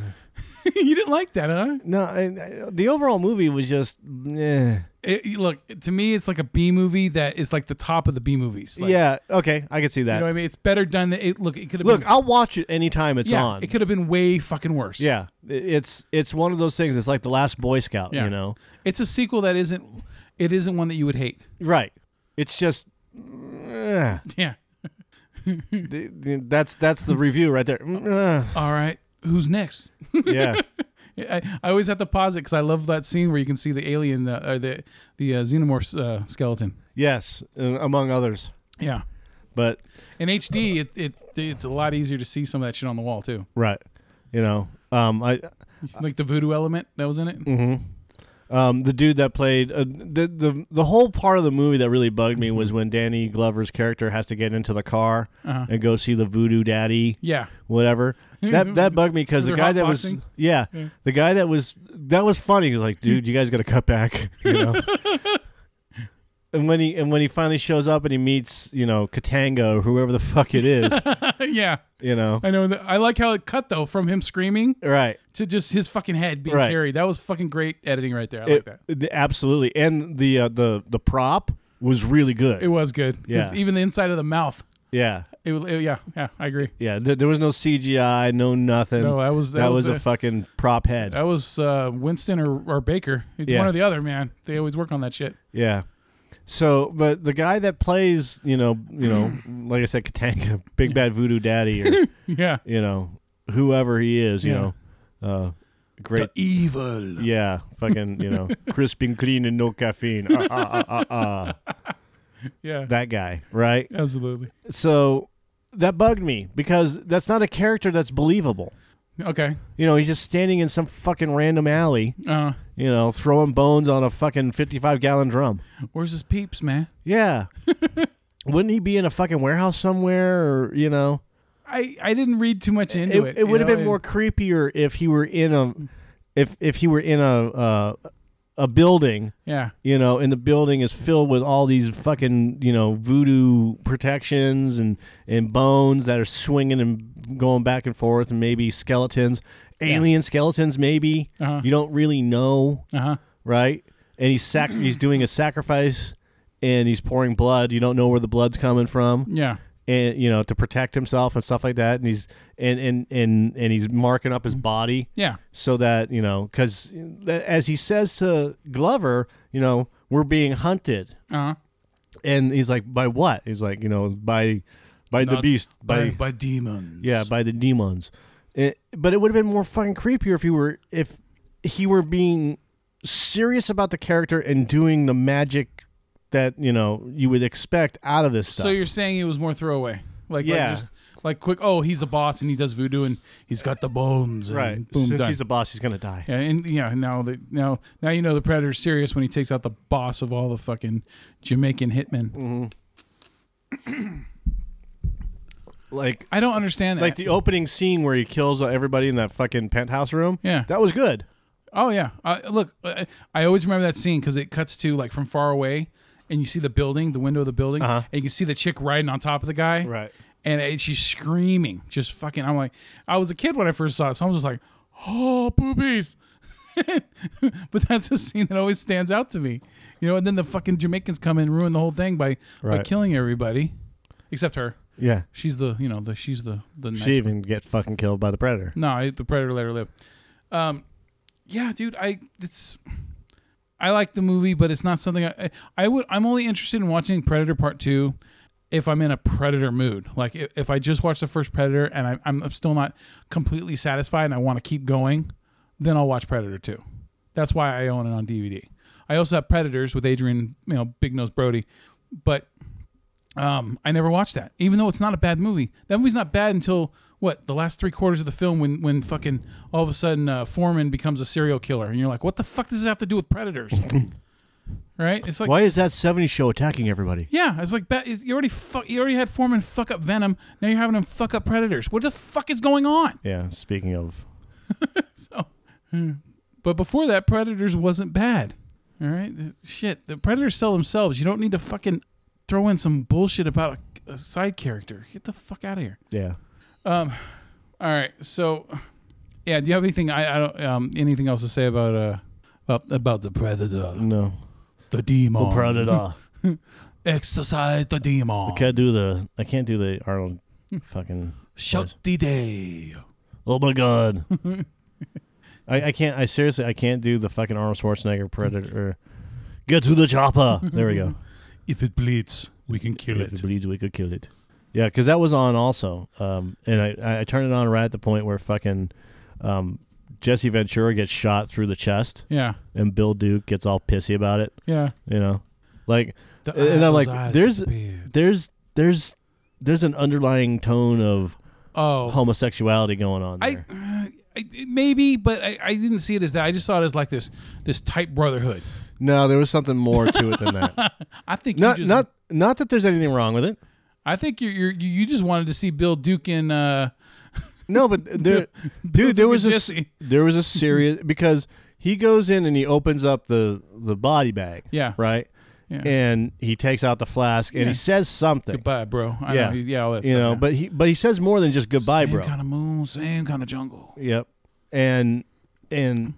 Speaker 2: you didn't like that, huh?
Speaker 3: no, I, I, the overall movie was just. eh.
Speaker 2: It, it- look, to me, it's like a B movie that is like the top of the B movies. Like,
Speaker 3: yeah. Okay, I can see that.
Speaker 2: you know what I mean. It's better done. Than it, look, it could have
Speaker 3: Look,
Speaker 2: been,
Speaker 3: I'll watch it anytime it's
Speaker 2: yeah,
Speaker 3: on.
Speaker 2: it could have been way fucking worse.
Speaker 3: yeah, I- it's it's one of those things. It's like the Last Boy Scout.
Speaker 2: Yeah.
Speaker 3: You know,
Speaker 2: It's a sequel that isn't it isn't one that you would hate.
Speaker 3: right? It's just. eh,
Speaker 2: Yeah.
Speaker 3: th- th- that's that's the review right there. Mm, eh,
Speaker 2: All right. Who's next?
Speaker 3: yeah,
Speaker 2: I, I always have to pause it because I love that scene where you can see the alien uh, or the the uh, xenomorph uh, skeleton.
Speaker 3: yes, uh, among others.
Speaker 2: Yeah.
Speaker 3: But
Speaker 2: In HD, it, it it's a lot easier to see some of that shit on the wall too,
Speaker 3: right, you know, um, I
Speaker 2: like the voodoo element that was in it.
Speaker 3: Mm-hmm. um, the dude that played uh, the the the whole part of the movie that really bugged
Speaker 2: Mm-hmm.
Speaker 3: me was when Danny Glover's character has to get into the car
Speaker 2: Uh-huh.
Speaker 3: and go see the Voodoo Daddy.
Speaker 2: Yeah.
Speaker 3: whatever. That that bugged me because
Speaker 2: Was
Speaker 3: the
Speaker 2: there
Speaker 3: guy that was
Speaker 2: hotboxing?
Speaker 3: yeah, the guy that was that was funny. He was like, dude, you guys got to cut back, you know. and when he and when he finally shows up and he meets you know Katanga or whoever the fuck it is,
Speaker 2: yeah.
Speaker 3: you know,
Speaker 2: I know. That, I like how it cut though from him screaming
Speaker 3: right.
Speaker 2: to just his fucking head being
Speaker 3: Right.
Speaker 2: carried. That was fucking great editing right there. I like
Speaker 3: It-
Speaker 2: that.
Speaker 3: the- absolutely, and the uh, the the prop was really good.
Speaker 2: It was good. 'cause
Speaker 3: Yeah.
Speaker 2: Even the inside of the mouth.
Speaker 3: Yeah,
Speaker 2: It, was- it- yeah, yeah, I agree.
Speaker 3: yeah. Th- there was no CGI, no nothing.
Speaker 2: No, that was- that
Speaker 3: was,
Speaker 2: was
Speaker 3: a,
Speaker 2: a-
Speaker 3: fucking prop head.
Speaker 2: That was uh, Winston or, or Baker. It's
Speaker 3: Yeah.
Speaker 2: one or the other, man. They always work on that shit.
Speaker 3: Yeah. So, but the guy that plays, you know, you know, like I said, Katanga, Big Bad Voodoo Daddy, or
Speaker 2: Yeah.
Speaker 3: you know, whoever he is, you
Speaker 2: Yeah.
Speaker 3: know, uh, great,
Speaker 2: Evil.
Speaker 3: yeah, fucking, you know, crisp and clean and no caffeine, Ah, ah, ah, ah, ah.
Speaker 2: Yeah.
Speaker 3: that guy, right?
Speaker 2: absolutely.
Speaker 3: So that bugged me because that's not a character that's believable.
Speaker 2: Okay.
Speaker 3: You know, he's just standing in some fucking random alley,
Speaker 2: Uh,
Speaker 3: you know, throwing bones on a fucking fifty-five gallon drum.
Speaker 2: where's his peeps, man?
Speaker 3: Yeah. Wouldn't he be in a fucking warehouse somewhere or you know?
Speaker 2: I, I didn't read too much into
Speaker 3: It, it
Speaker 2: it. you
Speaker 3: would have
Speaker 2: know,
Speaker 3: been
Speaker 2: and-
Speaker 3: more creepier if he were in a if if he were in a uh, a building,
Speaker 2: Yeah.
Speaker 3: you know, and the building is filled with all these fucking, you know, voodoo protections and and bones that are swinging and going back and forth and maybe skeletons, alien skeletons maybe.
Speaker 2: Uh-huh.
Speaker 3: You don't really know
Speaker 2: Uh huh.
Speaker 3: right? And he's sac- he's doing a sacrifice, and he's pouring blood. You don't know where the blood's coming from,
Speaker 2: Yeah.
Speaker 3: and you know to protect himself and stuff like that. And he's and and and and he's marking up his body
Speaker 2: Mm-hmm. Yeah.
Speaker 3: so that you know because as he says to Glover, you know we're being hunted,
Speaker 2: Uh huh.
Speaker 3: and he's like by what? He's like you know by by the beast
Speaker 2: Uh, by demons.
Speaker 3: yeah, by the demons. It, but it would have been more fucking creepier if he were if he were being serious about the character and doing the magic that you know you would expect out of this stuff.
Speaker 2: So you're saying it was more throwaway, like
Speaker 3: Yeah.
Speaker 2: like, just, like quick. Oh, he's a boss and he does voodoo and he's got the bones. And
Speaker 3: right.
Speaker 2: Boom.
Speaker 3: Since
Speaker 2: done.
Speaker 3: he's the boss, he's gonna die.
Speaker 2: yeah, and yeah. Now that now now you know the predator's serious when he takes out the boss of all the fucking Jamaican hitmen.
Speaker 3: Mm-hmm. Like
Speaker 2: I don't understand that.
Speaker 3: like the opening scene where he kills everybody in that fucking penthouse room.
Speaker 2: Yeah.
Speaker 3: that was good.
Speaker 2: oh yeah. Uh, look, I, I always remember that scene because it cuts to like from far away, and you see the building, the window of the building,
Speaker 3: Uh-huh.
Speaker 2: and you can see the chick riding on top of the guy. and it, she's screaming, just fucking. I'm like, I was a kid when I first saw it, so I'm just like, oh, boobies. but that's a scene that always stands out to me, you know. And then the fucking Jamaicans come in and ruin the whole thing by by
Speaker 3: Right.
Speaker 2: killing everybody, except her.
Speaker 3: Yeah,
Speaker 2: She's the you know the she's the the nice
Speaker 3: she even get fucking killed by the predator.
Speaker 2: no, I- the predator let her live. Um, yeah, dude, I it's I like the movie, but it's not something I, I I would. I'm only interested in watching Predator Part Two if I'm in a Predator mood. Like if, if I just watch the first Predator and I, I'm I'm still not completely satisfied and I want to keep going, then I'll watch Predator Two. That's why I own it on DVD. I also have Predators with Adrian, you know, Big Nose Brody, but um, I never watched that, even though it's not a bad movie. That movie's not bad until what the last three quarters of the film, when when fucking all of a sudden uh, Foreman becomes a serial killer, and you're like, what the fuck does this have to do with predators? right? It's like,
Speaker 3: Why is that '70s show attacking everybody?
Speaker 2: yeah, it's like ba- you already fuck, you already had Foreman fuck up Venom. Now you're having him fuck up predators. What the fuck is going on?
Speaker 3: Yeah. Speaking of,
Speaker 2: But before that, Predators wasn't bad. All right, shit. The Predators sell themselves. You don't need to fucking throw in some bullshit about a, a side character. Get the fuck out of here.
Speaker 3: yeah.
Speaker 2: All right. So, yeah. Do you have anything? I, I don't. Um, anything else to say about uh about, about the predator,
Speaker 3: No.
Speaker 2: the demon,
Speaker 3: Predator.
Speaker 2: Exercise the demon.
Speaker 3: Can't do the. I can't do the Arnold. Fucking.
Speaker 2: Shut the day.
Speaker 3: Oh my god. I, I can't. I seriously. I can't do the fucking Arnold Schwarzenegger Predator. er, Get to the chopper. There we go.
Speaker 2: If it bleeds, we can kill
Speaker 3: if it
Speaker 2: it.
Speaker 3: bleeds, we could kill it. Yeah, because that was on also, um, and I, I turned it on right at the point where fucking um, Jesse Ventura gets shot through the chest,
Speaker 2: Yeah.
Speaker 3: and Bill Duke gets all pissy about it.
Speaker 2: Yeah.
Speaker 3: You know, like
Speaker 2: The
Speaker 3: And I'm
Speaker 2: those
Speaker 3: like,
Speaker 2: eyes
Speaker 3: there's-
Speaker 2: disappeared.
Speaker 3: there's there's there's an underlying tone of
Speaker 2: oh
Speaker 3: homosexuality going on
Speaker 2: I,
Speaker 3: there.
Speaker 2: uh, I maybe, but I, I didn't see it as that. I just saw it as like this this tight brotherhood.
Speaker 3: no, there was something more to it than that.
Speaker 2: I think
Speaker 3: not
Speaker 2: you just,
Speaker 3: not not that there's anything wrong with it.
Speaker 2: I think you you you just wanted to see Bill Duke and uh
Speaker 3: No, but there, dude, there
Speaker 2: Duke
Speaker 3: was a
Speaker 2: and
Speaker 3: s-
Speaker 2: Jesse.
Speaker 3: there was a serious because he goes in and he opens up the the body bag.
Speaker 2: Yeah.
Speaker 3: Right.
Speaker 2: Yeah.
Speaker 3: And he takes out the flask and
Speaker 2: Yeah.
Speaker 3: he says something.
Speaker 2: goodbye, bro. I
Speaker 3: Yeah.
Speaker 2: know, yeah, all that
Speaker 3: You
Speaker 2: stuff,
Speaker 3: know,
Speaker 2: yeah.
Speaker 3: but he but he says more than just goodbye,
Speaker 2: same
Speaker 3: bro.
Speaker 2: kind of moon, same kind of jungle.
Speaker 3: Yep. And and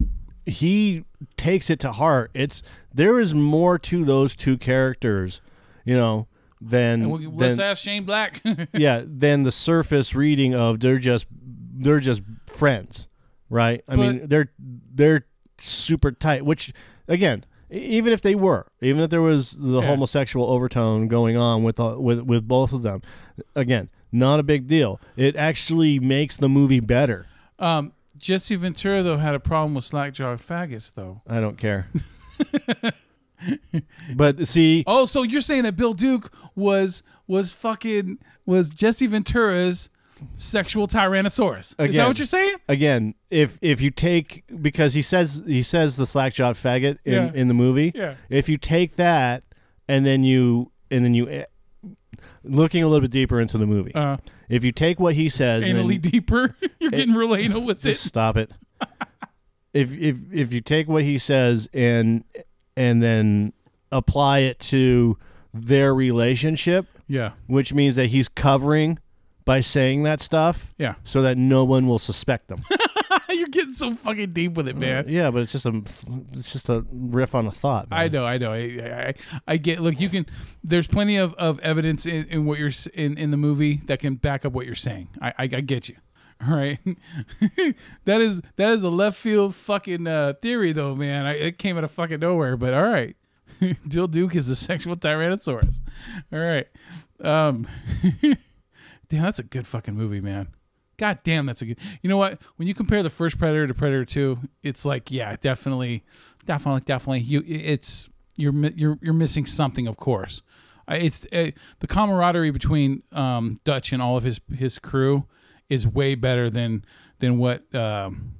Speaker 3: he takes it to heart. It's there is more to those two characters, you know, than,
Speaker 2: And we, let's
Speaker 3: than
Speaker 2: ask Shane Black.
Speaker 3: yeah, than the surface reading of they're just they're just friends, right? I mean,
Speaker 2: But-
Speaker 3: they're they're super tight. Which again, e- even if they were, even if there was the
Speaker 2: Yeah.
Speaker 3: homosexual overtone going on with all- with with both of them, again, not a big deal. It actually makes the movie better.
Speaker 2: um, Jesse Ventura though had a problem with slackjaw faggots though.
Speaker 3: I don't care. but see,
Speaker 2: Oh, so you're saying that Bill Duke was was fucking was Jesse Ventura's sexual tyrannosaurus? Is that
Speaker 3: Again.
Speaker 2: what you're saying?
Speaker 3: again, if if you take because he says he says the slackjawed faggot in,
Speaker 2: Yeah.
Speaker 3: in the movie.
Speaker 2: Yeah.
Speaker 3: If you take that and then you and then you eh, looking a little bit deeper into the movie.
Speaker 2: Uh,
Speaker 3: if you take what he says and then
Speaker 2: anally deeper. you're getting real anal with
Speaker 3: just
Speaker 2: it.
Speaker 3: stop it. if if if you take what he says and and then apply it to their relationship,
Speaker 2: Yeah,
Speaker 3: which means that he's covering by saying that stuff
Speaker 2: yeah.
Speaker 3: so that no one will suspect them.
Speaker 2: you're getting so fucking deep with it, man.
Speaker 3: yeah, but it's just a it's just a riff on a thought. man.
Speaker 2: I know, I know. I, I, I get. Look, you can. There's plenty of, of evidence in, in what you're s- in in the movie that can back up what you're saying. I I, I get you. All right, that is that is a left field fucking uh, theory though, man. I, it came out of fucking nowhere, but all right. Dill Duke is a sexual tyrannosaurus. All right, um, damn, that's a good fucking movie, man. God damn, that's a good. You know what? When you compare the first Predator to Predator Two, it's like, yeah, definitely, definitely, definitely. You, it's you're mi- you're you're missing something, of course. I- It's uh, the camaraderie between um, Dutch and all of his his crew is way better than than what um,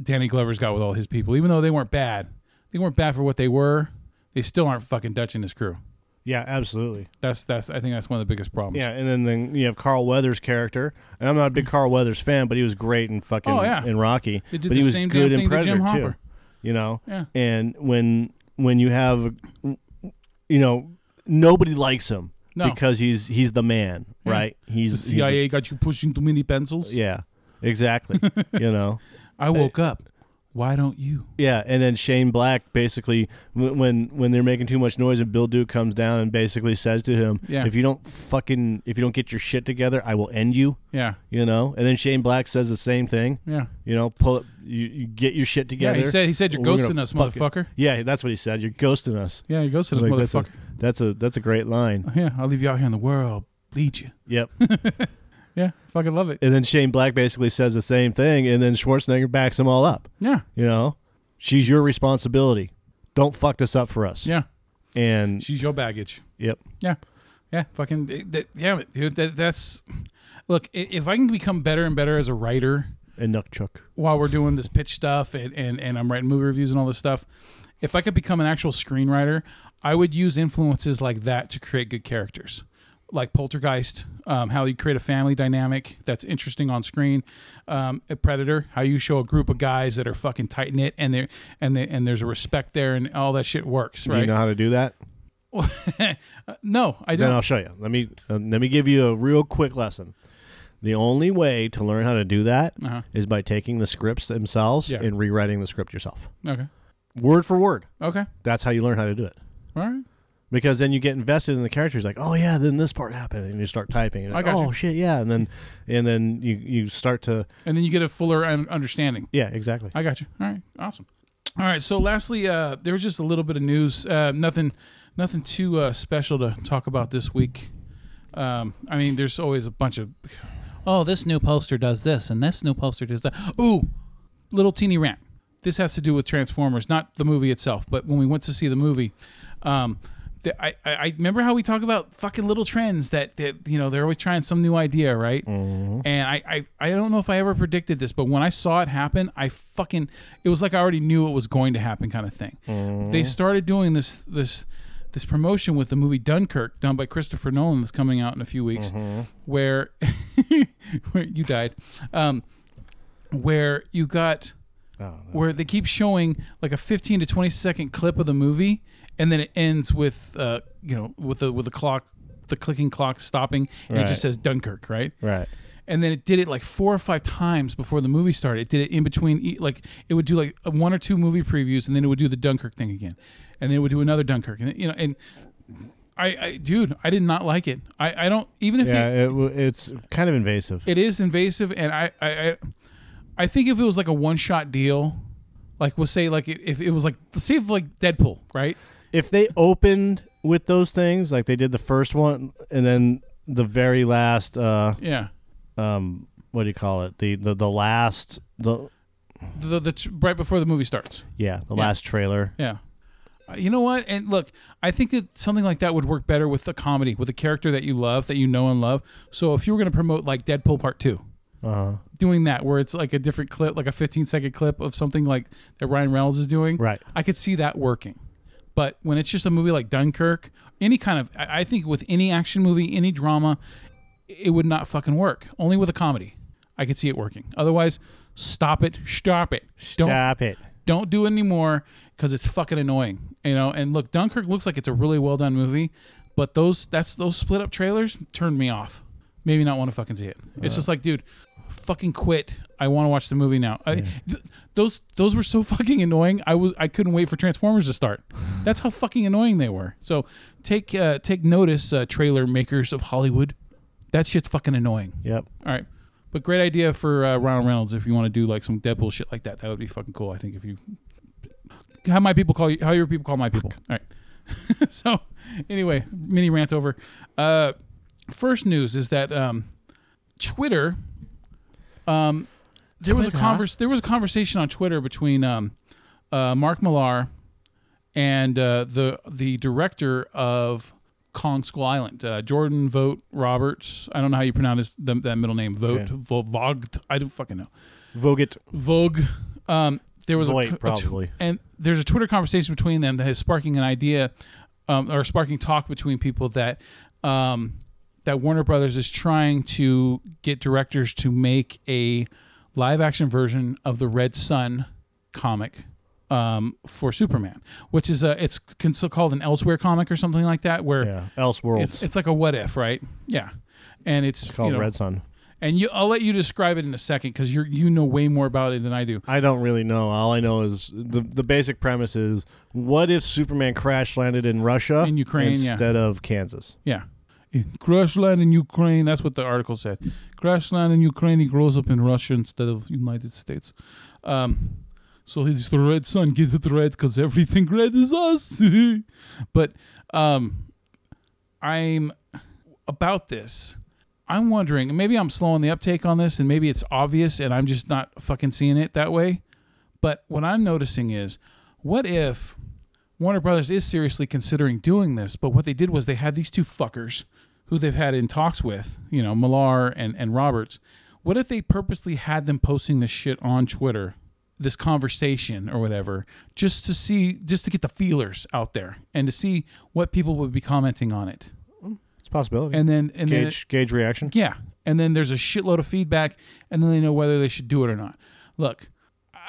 Speaker 2: Danny Glover's got with all his people. Even though they weren't bad, they weren't bad for what they were. They still aren't fucking Dutch and his crew.
Speaker 3: Yeah, absolutely.
Speaker 2: That's that's. I think that's one of the biggest problems.
Speaker 3: Yeah, and then, then you have Carl Weathers' character, and I'm not a big Carl Weathers fan, but he was great in fucking
Speaker 2: Oh, yeah.
Speaker 3: in Rocky.
Speaker 2: They did
Speaker 3: but
Speaker 2: the
Speaker 3: he was
Speaker 2: same damn
Speaker 3: good in
Speaker 2: thing to
Speaker 3: Predator
Speaker 2: Jim
Speaker 3: too.
Speaker 2: Hopper.
Speaker 3: You know,
Speaker 2: Yeah.
Speaker 3: and when when you have, you know, nobody likes him
Speaker 2: No.
Speaker 3: because he's he's the man, right? He's
Speaker 2: The
Speaker 3: he's a-
Speaker 2: CIA got you pushing too many pencils.
Speaker 3: yeah, exactly. you know,
Speaker 2: I woke up. Why don't you?
Speaker 3: Yeah, and then Shane Black basically wh- when when they're making too much noise and Bill Duke comes down and basically says to him,
Speaker 2: Yeah.
Speaker 3: "If you don't fucking if you don't get your shit together, I will end you."
Speaker 2: Yeah.
Speaker 3: You know, and then Shane Black says the same thing.
Speaker 2: Yeah.
Speaker 3: You know, pull it, you, you get your shit
Speaker 2: Yeah,
Speaker 3: together.
Speaker 2: he said he said you're
Speaker 3: We're gonna
Speaker 2: ghosting us,
Speaker 3: fuck it."
Speaker 2: motherfucker.
Speaker 3: Yeah, that's what he said. You're ghosting us.
Speaker 2: Yeah, you're ghosting us,
Speaker 3: Like, that's, a,
Speaker 2: motherfucker.
Speaker 3: that's a that's a great line.
Speaker 2: Yeah, I'll leave you out here in the world, bleed you.
Speaker 3: Yep.
Speaker 2: Yeah, fucking love it.
Speaker 3: and then Shane Black basically says the same thing, and then Schwarzenegger backs them all up.
Speaker 2: Yeah,
Speaker 3: You know, she's your responsibility. Don't fuck this up for us.
Speaker 2: yeah.
Speaker 3: And
Speaker 2: She's your baggage.
Speaker 3: yep.
Speaker 2: Yeah, yeah. Fucking it- that, yeah, dude. That, that's look. i- If I can become better and better as a writer
Speaker 3: And Nuckchuck.
Speaker 2: while we're doing this pitch stuff and and, and I'm writing movie reviews and all this stuff, if I could become an actual screenwriter, I would use influences like that to create good characters. Like Poltergeist, um, how you create a family dynamic that's interesting on screen. Um, a Predator, how you show a group of guys that are fucking tight knit and they and they, and there's a respect there and all that shit works,
Speaker 3: Do
Speaker 2: right? Uh,
Speaker 3: you know how to do that?
Speaker 2: no, I
Speaker 3: Then
Speaker 2: don't.
Speaker 3: I'll show you. Let me um, let me give you a real quick lesson. The only way to learn how to do that is
Speaker 2: Uh-huh.
Speaker 3: by taking the scripts themselves
Speaker 2: Yeah.
Speaker 3: and rewriting the script yourself,
Speaker 2: Okay.
Speaker 3: word for word.
Speaker 2: Okay.
Speaker 3: That's how you learn how to do it.
Speaker 2: All right.
Speaker 3: Because then you get invested in the characters, like, oh yeah, then this part happened, and you start typing. And
Speaker 2: I
Speaker 3: like,
Speaker 2: got
Speaker 3: oh
Speaker 2: you.
Speaker 3: shit, yeah, and then and then you you start to
Speaker 2: And then you get a fuller un- understanding.
Speaker 3: yeah, exactly.
Speaker 2: I got you. All right. Awesome. All right. So lastly, uh, there was just a little bit of news. Uh, nothing, nothing too uh, special to talk about this week. Um, I mean, there's always a bunch of, oh, this new poster does this, and this new poster does that. Ooh, little teeny rant. This has to do with Transformers, not the movie itself, but when we went to see the movie, um, the, I, I I remember how we talk about fucking little trends that, that you know they're always trying some new idea, right? And I, I I don't know if I ever predicted this, but when I saw it happen, I fucking it was like I already knew it was going to happen, kind of thing. They started doing this this this promotion with the movie Dunkirk, done by Christopher Nolan, that's coming out in a few weeks, where, where you died, um, where you got where they keep showing like a 15 to 20 second clip of the movie and then it ends with uh you know with the with the clock the clicking clock stopping and it
Speaker 3: Right.
Speaker 2: just says dunkirk right
Speaker 3: Right.
Speaker 2: and then it did it like four or five times before the movie started it did it in between e- like it would do like a one or two movie previews and then it would do the dunkirk thing again and then it would do another dunkirk and you know and I, I dude, I did not like it. I, I don't even if
Speaker 3: Yeah,
Speaker 2: you,
Speaker 3: it, w- it's kind of invasive.
Speaker 2: it is invasive, and I, I, I, I think if it was like a one shot deal, like we'll say like if it was like say if like Deadpool, right?
Speaker 3: if they opened with those things, like they did the first one, and then the very last, uh,
Speaker 2: Yeah.
Speaker 3: um, what do you call it? The the, the last the
Speaker 2: The, the, the right before the movie starts.
Speaker 3: yeah the last trailer.
Speaker 2: Yeah. Uh, You know what? And look, I think that something like that would work better with a comedy, with a character that you love, that you know and love. So if you were going to promote like Deadpool Part 2,
Speaker 3: Uh-huh.
Speaker 2: doing that where it's like a different clip, like a 15 second clip of something like that Ryan Reynolds is doing,
Speaker 3: Right.
Speaker 2: I could see that working. But when it's just a movie like Dunkirk, any kind of, I I think with any action movie, any drama, it would not fucking work. Only with a comedy, I could see it working. Otherwise, stop it, stop it, don't
Speaker 3: Stop it.
Speaker 2: don't do it anymore because it's fucking annoying you know and look dunkirk looks like it's a really well done movie but those that's those split up trailers turned me off maybe not want to fucking see it it's just like dude fucking quit i want to watch the movie now I, th- those those were so fucking annoying i was i couldn't wait for transformers to start that's how fucking annoying they were so take uh, take notice uh, trailer makers of hollywood that shit's fucking annoying
Speaker 3: Yep.
Speaker 2: all right. But great idea for uh, Ronald Reynolds if you want to do like some Deadpool shit like that. That would be fucking cool. I think if you how my people call you, how your people call my people. All right. so anyway, mini rant over. Uh, first news is that um, Twitter. Um, there was a
Speaker 3: Twitter?
Speaker 2: converse. There was a conversation on Twitter between um, uh, Mark Millar and uh, the the director of Kong Skull Island, uh, Jordan Vogt Roberts. I don't know how you pronounce his, the, that middle name. Vogt,
Speaker 3: Okay.
Speaker 2: Vo Vogt. I don't fucking know.
Speaker 3: Vogt.
Speaker 2: Vogue. Um, there was
Speaker 3: Voight,
Speaker 2: a, a tw-
Speaker 3: probably.
Speaker 2: and there's a Twitter conversation between them that is sparking an idea, um, or sparking talk between people that um, that Warner Brothers is trying to get directors to make a live action version of the Red Sun comic um, for Superman, which is a it's cons- called an Elsewhere comic or something like that, where
Speaker 3: Yeah. Elseworlds.
Speaker 2: it's, it's like a what if, right? Yeah, and it's,
Speaker 3: called
Speaker 2: you know,
Speaker 3: Red Sun.
Speaker 2: and you, I'll let you describe it in a second because you you know way more about it than I do.
Speaker 3: I don't really know. All I know is the the basic premise is: what if Superman crash landed in Russia,
Speaker 2: In Ukraine, yeah.
Speaker 3: instead of Kansas?
Speaker 2: Yeah, in crash land in Ukraine. That's what the article said. Crash land in Ukraine. He grows up in Russia instead of United States. Um, so he's the red sun. Get it red because everything red is us. but um, I'm about this. I'm wondering. Maybe I'm slowing the uptake on this, and maybe it's obvious, and I'm just not fucking seeing it that way. But what I'm noticing is, what if Warner Brothers is seriously considering doing this? But what they did was they had these two fuckers who they've had in talks with, you know, Millar and, and Roberts. What if they purposely had them posting this shit on Twitter, this conversation or whatever, just to see, just to get the feelers out there and to see what people would be commenting on it?
Speaker 3: It's a possibility.
Speaker 2: And then, and then,
Speaker 3: gauge gauge reaction.
Speaker 2: yeah. And then there's a shitload of feedback, and then they know whether they should do it or not. Look,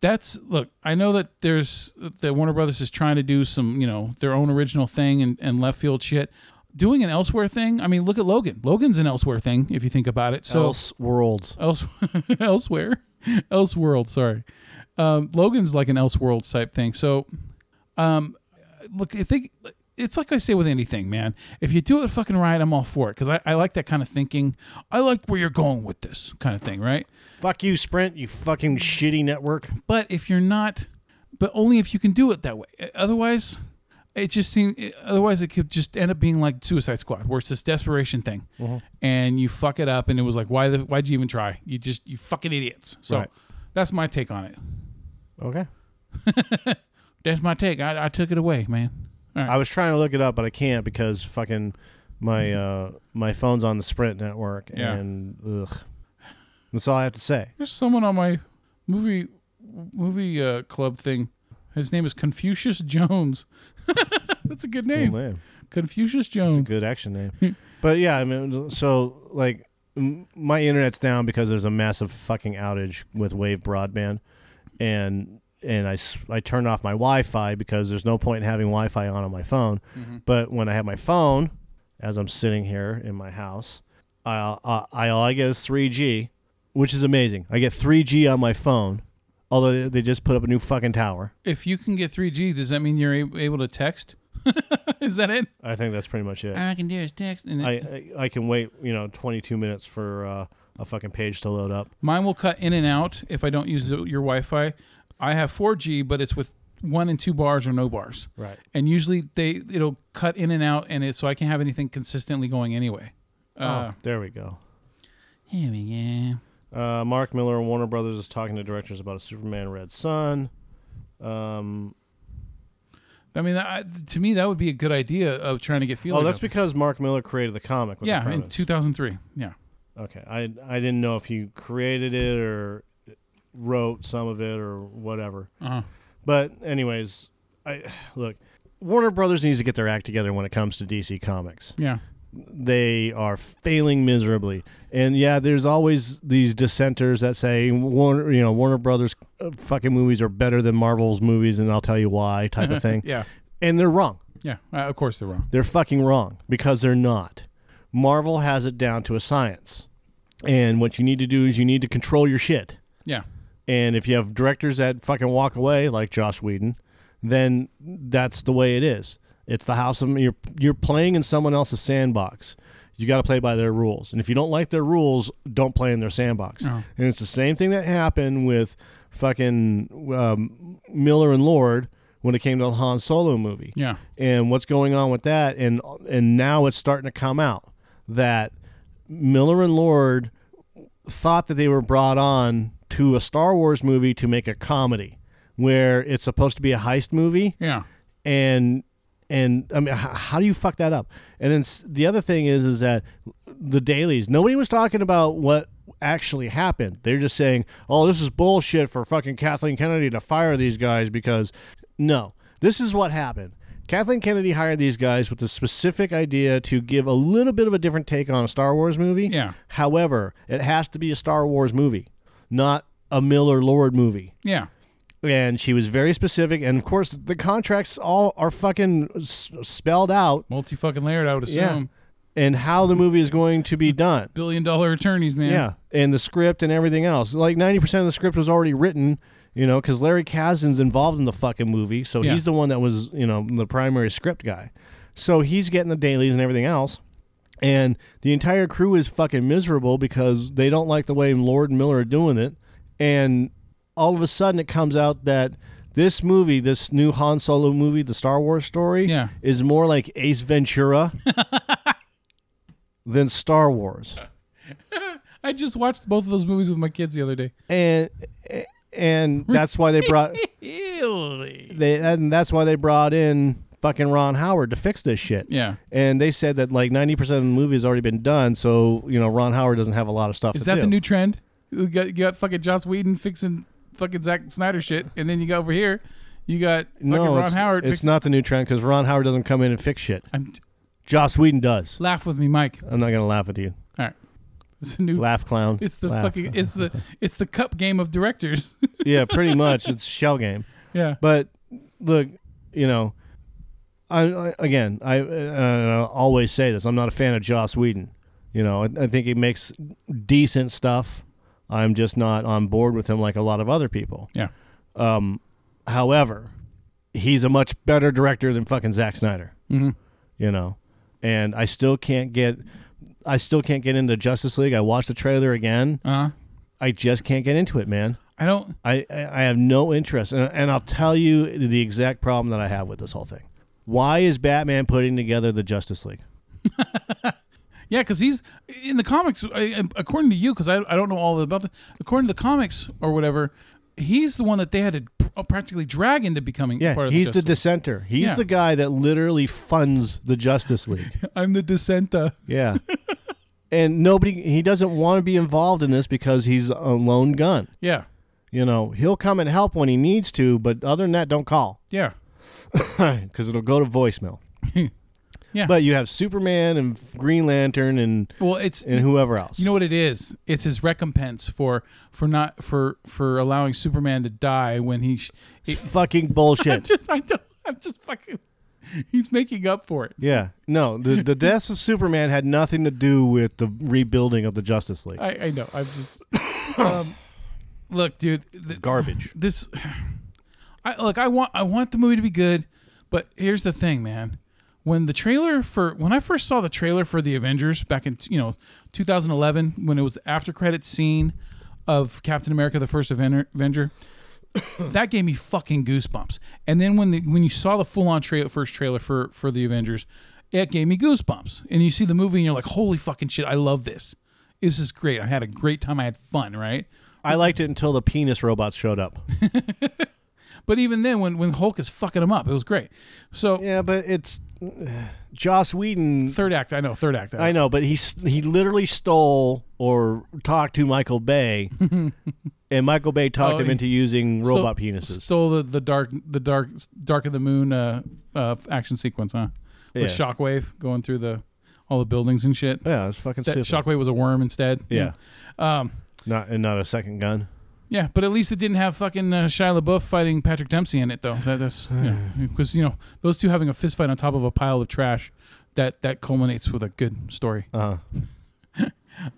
Speaker 2: that's look. I know that there's that Warner Brothers is trying to do some, you know, their own original thing and, and left field shit. Doing an elsewhere thing. I mean, look at Logan. Logan's an elsewhere thing if you think about it. So
Speaker 3: Elseworlds.
Speaker 2: else elsewhere elseworld sorry um, logan's like an elseworld type thing so um, look i think it's like i say with anything man if you do it fucking right i'm all for it because I, I like that kind of thinking i like where you're going with this kind of thing right
Speaker 3: Fuck you, Sprint. You fucking shitty network.
Speaker 2: but if you're not but only if you can do it that way Uh, otherwise it just seems otherwise it could just end up being like suicide squad where it's this desperation thing
Speaker 3: Mm-hmm.
Speaker 2: and you fuck it up and it was like why the why'd you even try you just you fucking idiots so
Speaker 3: Right.
Speaker 2: that's my take on it
Speaker 3: Okay.
Speaker 2: that's my take i, I took it away man all right
Speaker 3: I was trying to look it up, but I can't because fucking my uh, my phone's on the Sprint network,
Speaker 2: Yeah.
Speaker 3: and ugh. That's all I have to say.
Speaker 2: there's someone on my movie movie uh, club thing his name is confucius jones that's a good name
Speaker 3: Cool name.
Speaker 2: confucius jones
Speaker 3: Good action name. but yeah, I mean, so like m- my internet's down because there's a massive fucking outage with Wave broadband, and and I s- I turned off my Wi-Fi because there's no point in having Wi-Fi on on my phone. But when I have my phone, as I'm sitting here in my house, I, I, I all I get is 3G, which is amazing. I get 3G on my phone, although they- they just put up a new fucking tower.
Speaker 2: if you can get 3g does that mean you're a- able to text Is that it?
Speaker 3: I think that's pretty much it.
Speaker 2: All I can do is text. And
Speaker 3: I, I I can wait, you know, 22 minutes for uh, a fucking page to load up.
Speaker 2: Mine will cut in and out if I don't use the, your Wi-Fi. I have 4G, but it's with one and two bars or no bars.
Speaker 3: Right.
Speaker 2: And usually they it'll cut in and out, and it so I can't have anything consistently going anyway. Uh,
Speaker 3: oh, there we go.
Speaker 2: Here we go.
Speaker 3: Uh, Mark Miller and Warner Brothers is talking to directors about a Superman Red Sun. Um,
Speaker 2: I mean, I, to me, that would be a good idea of trying to get feelers.
Speaker 3: oh, that's
Speaker 2: out.
Speaker 3: because Mark Miller created the comic. With the
Speaker 2: yeah, in
Speaker 3: premise.
Speaker 2: 2003. Yeah,
Speaker 3: okay. I I didn't know if he created it or wrote some of it or whatever.
Speaker 2: uh-huh.
Speaker 3: But anyways, I look. Warner Brothers needs to get their act together when it comes to DC Comics.
Speaker 2: yeah.
Speaker 3: they are failing miserably. And yeah, there's always these dissenters that say Warner, you know, Warner Brothers uh, fucking movies are better than Marvel's movies, and I'll tell you why, type of thing.
Speaker 2: Yeah,
Speaker 3: And they're wrong.
Speaker 2: yeah. Uh, of course they're wrong.
Speaker 3: They're fucking wrong because they're not. Marvel has it down to a science. And what you need to do is you need to control your shit.
Speaker 2: Yeah,
Speaker 3: And if you have directors that fucking walk away, like Josh Whedon, then that's the way it is. It's the house of you're you're playing in someone else's sandbox. You got to play by their rules, and if you don't like their rules, don't play in their sandbox.
Speaker 2: No.
Speaker 3: And it's the same thing that happened with fucking um, Miller and Lord when it came to the Han Solo movie
Speaker 2: yeah,
Speaker 3: and what's going on with that and and now it's starting to come out that Miller and Lord thought that they were brought on to a Star Wars movie to make a comedy where it's supposed to be a heist movie
Speaker 2: yeah.
Speaker 3: and and I mean h- how do you fuck that up and then s- the other thing is is that the dailies nobody was talking about what actually happened they're just saying oh this is bullshit for fucking Kathleen Kennedy to fire these guys because no this is what happened Kathleen Kennedy hired these guys with the specific idea to give a little bit of a different take on a Star Wars movie
Speaker 2: Yeah.
Speaker 3: however it has to be a Star Wars movie not a Miller Lord movie
Speaker 2: Yeah.
Speaker 3: and she was very specific. And of course, the contracts all are fucking s- spelled out
Speaker 2: Multi fucking layered, I would assume.
Speaker 3: Yeah. and how the movie is going to be done.
Speaker 2: Billion dollar attorneys, man.
Speaker 3: Yeah, and the script and everything else. Like ninety percent of the script was already written. You know, because Larry Kazdan's involved in the fucking movie, so
Speaker 2: Yeah.
Speaker 3: he's the one that was you know the primary script guy. So he's getting the dailies and everything else. And the entire crew is fucking miserable because they don't like the way Lord and Miller are doing it. And all of a sudden it comes out that this movie, this new Han Solo movie, the Star Wars story,
Speaker 2: Yeah.
Speaker 3: is more like Ace Ventura than Star Wars.
Speaker 2: I just watched both of those movies with my kids the other day.
Speaker 3: And and that's why they brought they and that's why they brought in fucking Ron Howard to fix this shit.
Speaker 2: Yeah.
Speaker 3: And they said that like 90% of the movie has already been done, so you know Ron Howard doesn't have a lot of stuff
Speaker 2: Is
Speaker 3: to
Speaker 2: that
Speaker 3: do.
Speaker 2: the new trend? You got, you got fucking Joss Whedon fixing fucking Zack Snyder shit, and then you got over here, you got fucking
Speaker 3: no,
Speaker 2: Ron
Speaker 3: it's,
Speaker 2: Howard.
Speaker 3: it's
Speaker 2: fixing-
Speaker 3: not the new trend because Ron Howard doesn't come in and fix shit.
Speaker 2: I'm,
Speaker 3: Joss Whedon does.
Speaker 2: laugh with me, Mike.
Speaker 3: I'm not gonna laugh at you.
Speaker 2: All right. It's a new.
Speaker 3: Laugh, clown.
Speaker 2: It's the
Speaker 3: Laugh.
Speaker 2: fucking. It's the. It's the cup game of directors.
Speaker 3: yeah, pretty much. It's shell game.
Speaker 2: yeah.
Speaker 3: But look, you know, I, I again, I uh, always say this. I'm not a fan of Joss Whedon. You know, I, I think he makes decent stuff. I'm just not on board with him like a lot of other people.
Speaker 2: Yeah.
Speaker 3: However, he's a much better director than fucking Zack Snyder.
Speaker 2: Mhm.
Speaker 3: You know, and I still can't get, I still can't get into Justice League. I watched the trailer again.
Speaker 2: Uh.
Speaker 3: I just can't get into it, man.
Speaker 2: I don't.
Speaker 3: I, I I have no interest, and, and I'll tell you the exact problem that I have with this whole thing. Why is Batman putting together the Justice League?
Speaker 2: Yeah, because he's in the comics. I- According to you, because I, I don't know all about the. According to the comics or whatever, he's the one that they had to pr- uh, practically drag into becoming.
Speaker 3: Yeah,
Speaker 2: part of
Speaker 3: he's
Speaker 2: the
Speaker 3: the,
Speaker 2: Justice
Speaker 3: dissenter. He's
Speaker 2: Yeah.
Speaker 3: the guy that literally funds the Justice League.
Speaker 2: League. I'm the dissenter.
Speaker 3: Yeah, and nobody he doesn't want to be involved in this because he's a lone gun.
Speaker 2: Yeah,
Speaker 3: You know, he'll come and help when he needs to, but other than that, don't call
Speaker 2: yeah,
Speaker 3: because it'll go to voicemail.
Speaker 2: yeah.
Speaker 3: But you have Superman and Green Lantern and
Speaker 2: well, it's
Speaker 3: and whoever else.
Speaker 2: you know what it is. It's his recompense for for not for for allowing Superman to die when he. Sh-
Speaker 3: it's fucking bullshit.
Speaker 2: just I don't. I'm just fucking. He's making up for it.
Speaker 3: Yeah. No, the the deaths of Superman had nothing to do with the rebuilding of the Justice League.
Speaker 2: I, I know. I'm just. um, look, dude. th-
Speaker 3: Garbage.
Speaker 2: this I look I want I want the movie to be good, But here's the thing, man. When the trailer for when I first saw the trailer for the Avengers back in you know 2011, when it was after credit scene of Captain America: The First Avenger, Avenger, that gave me fucking goosebumps. And then when the, when you saw the full on trailer, first trailer for for the Avengers, it gave me goosebumps. And you see the movie, and you're like, holy fucking shit, I love this. This is great. I had a great time. I had fun, right?
Speaker 3: I liked it until the penis robots showed up.
Speaker 2: But even then, when when Hulk is fucking him up, it was great. So
Speaker 3: yeah, but it's Joss Whedon.
Speaker 2: third act, I know. Third act,
Speaker 3: I know, but he s- he literally stole or talked to Michael Bay, and Michael Bay talked
Speaker 2: Oh,
Speaker 3: him
Speaker 2: he-
Speaker 3: into using
Speaker 2: So-
Speaker 3: robot penises.
Speaker 2: Stole the, the dark the dark dark of the moon uh, uh, action sequence, huh? With
Speaker 3: Yeah.
Speaker 2: Shockwave going through the all the buildings and shit.
Speaker 3: yeah, it's fucking
Speaker 2: that
Speaker 3: stupid.
Speaker 2: Shockwave was a worm instead.
Speaker 3: yeah,
Speaker 2: Um,
Speaker 3: not and not a second gun.
Speaker 2: yeah, but at least it didn't have fucking uh, Shia LaBeouf fighting Patrick Dempsey in it though. That, that's you know, because you know those two having a fist fight on top of a pile of trash. That that culminates with a good story.
Speaker 3: Uh,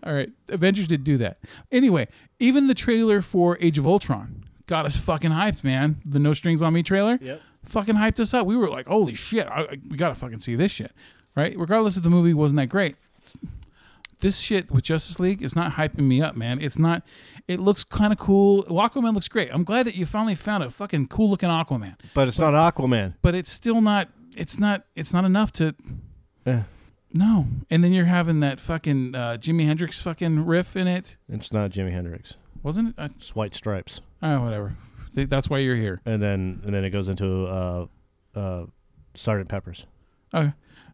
Speaker 2: All right, Avengers did do that. Anyway, even the trailer for Age of Ultron got us fucking hyped, man. The No Strings on Me trailer,
Speaker 3: Yep.
Speaker 2: fucking hyped us up. We were like, holy shit, I, I- we gotta fucking see this shit, right? Regardless of the movie wasn't that great, this shit with Justice League is not hyping me up, man. It's not. It looks kind of cool. Aquaman looks great. I'm glad that you finally found a fucking cool looking Aquaman,
Speaker 3: but it's not Aquaman.
Speaker 2: but it's still not. It's not. It's not enough to. No, and then you're having that fucking uh, Jimi Hendrix fucking riff in it.
Speaker 3: It's not Jimi Hendrix.
Speaker 2: Wasn't it?
Speaker 3: It's White Stripes,
Speaker 2: I, oh, whatever. Th- That's why you're here.
Speaker 3: and then and then it goes into uh, uh, Sergeant Pepper's.
Speaker 2: Okay.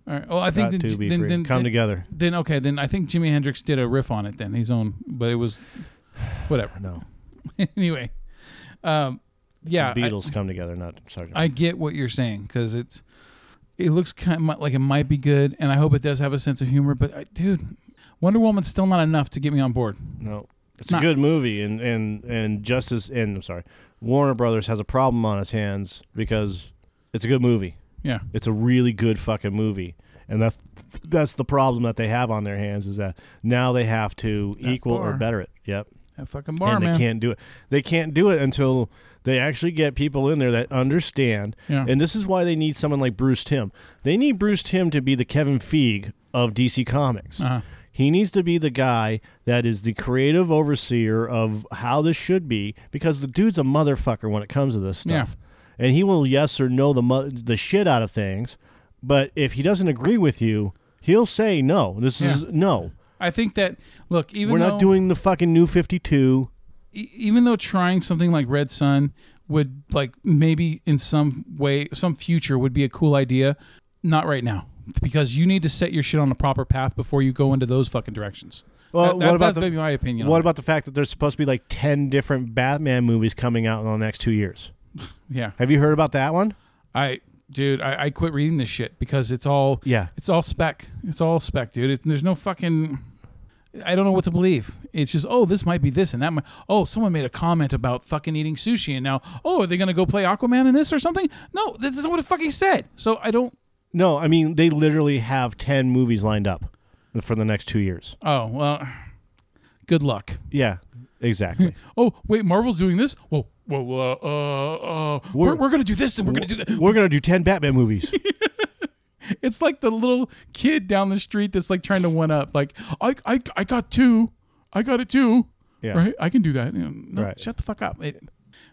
Speaker 2: All right. Uh, Well, I think
Speaker 3: Got
Speaker 2: then,
Speaker 3: to be
Speaker 2: then,
Speaker 3: free.
Speaker 2: then,
Speaker 3: Come
Speaker 2: then,
Speaker 3: together.
Speaker 2: then okay. Then I think Jimi Hendrix did a riff on it. Then his own, but it was whatever.
Speaker 3: No,
Speaker 2: anyway, um, yeah,
Speaker 3: the
Speaker 2: I-
Speaker 3: Beatles come together, not Sergeant.
Speaker 2: I get what you're saying because it's it looks kind of like it might be good, and I hope it does have a sense of humor. But I, dude, Wonder Woman's still not enough to get me on board.
Speaker 3: No, it's
Speaker 2: not-
Speaker 3: a good movie, and and and Justice and I'm sorry, Warner Brothers has a problem on its hands because it's a good movie.
Speaker 2: Yeah,
Speaker 3: It's a really good fucking movie, and that's that's the problem that they have on their hands is that now they have to equal or
Speaker 2: bar.
Speaker 3: better it. Yep,
Speaker 2: that fucking bar,
Speaker 3: and they
Speaker 2: man.
Speaker 3: can't do it. They can't do it until they actually get people in there that understand.
Speaker 2: Yeah.
Speaker 3: And this is why they need someone like Bruce Tim. They need Bruce Tim to be the Kevin Feige of DC Comics.
Speaker 2: Uh-huh.
Speaker 3: He needs to be the guy that is the creative overseer of how this should be because the dude's a motherfucker when it comes to this stuff. And he will yes or no the mu- the shit out of things, but if he doesn't agree with you, he'll say no. This is
Speaker 2: Yeah.
Speaker 3: no.
Speaker 2: I think that look, even
Speaker 3: We're
Speaker 2: though,
Speaker 3: not doing the fucking new 52.
Speaker 2: e- even though trying something like Red Sun would like maybe in some way, some future would be a cool idea, not right now because you need to set your shit on a proper path before you go into those fucking directions.
Speaker 3: Well,
Speaker 2: That- that-
Speaker 3: what about
Speaker 2: that's
Speaker 3: the-
Speaker 2: maybe my opinion?
Speaker 3: What
Speaker 2: on it.
Speaker 3: about the fact that there's supposed to be like 10 different Batman movies coming out in the next two years?
Speaker 2: yeah?
Speaker 3: Have you heard about that one?
Speaker 2: I dude, I, I quit reading this shit because it's all
Speaker 3: Yeah.
Speaker 2: it's all spec, it's all spec, dude. It, there's no fucking. I don't know what to believe. It's just oh, this might be this and that. Might, oh, someone made a comment about fucking eating sushi, and now oh, are they gonna go play Aquaman in this or something? No, that isn't what it fucking said. So I don't.
Speaker 3: No, I mean, they literally have 10 movies lined up for the next two years.
Speaker 2: Oh well, good luck.
Speaker 3: Yeah, exactly.
Speaker 2: Oh wait, Marvel's doing this. Whoa, whoa, uh, uh, uh, we're,
Speaker 3: We're-
Speaker 2: we're gonna do this and we're gonna do that.
Speaker 3: We're going to do 10 Batman movies.
Speaker 2: It's like the little kid down the street that's like trying to one up. Like I, I, I got two, I got it too.
Speaker 3: Yeah.
Speaker 2: Right, I can do that. You know, no,
Speaker 3: Right.
Speaker 2: Shut the fuck up. It-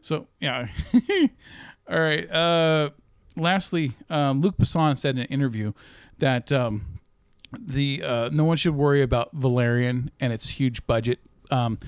Speaker 2: so yeah. All right. Uh, lastly, um, Luke Besson said in an interview that um, the uh, no one should worry about Valerian and its huge budget. Um,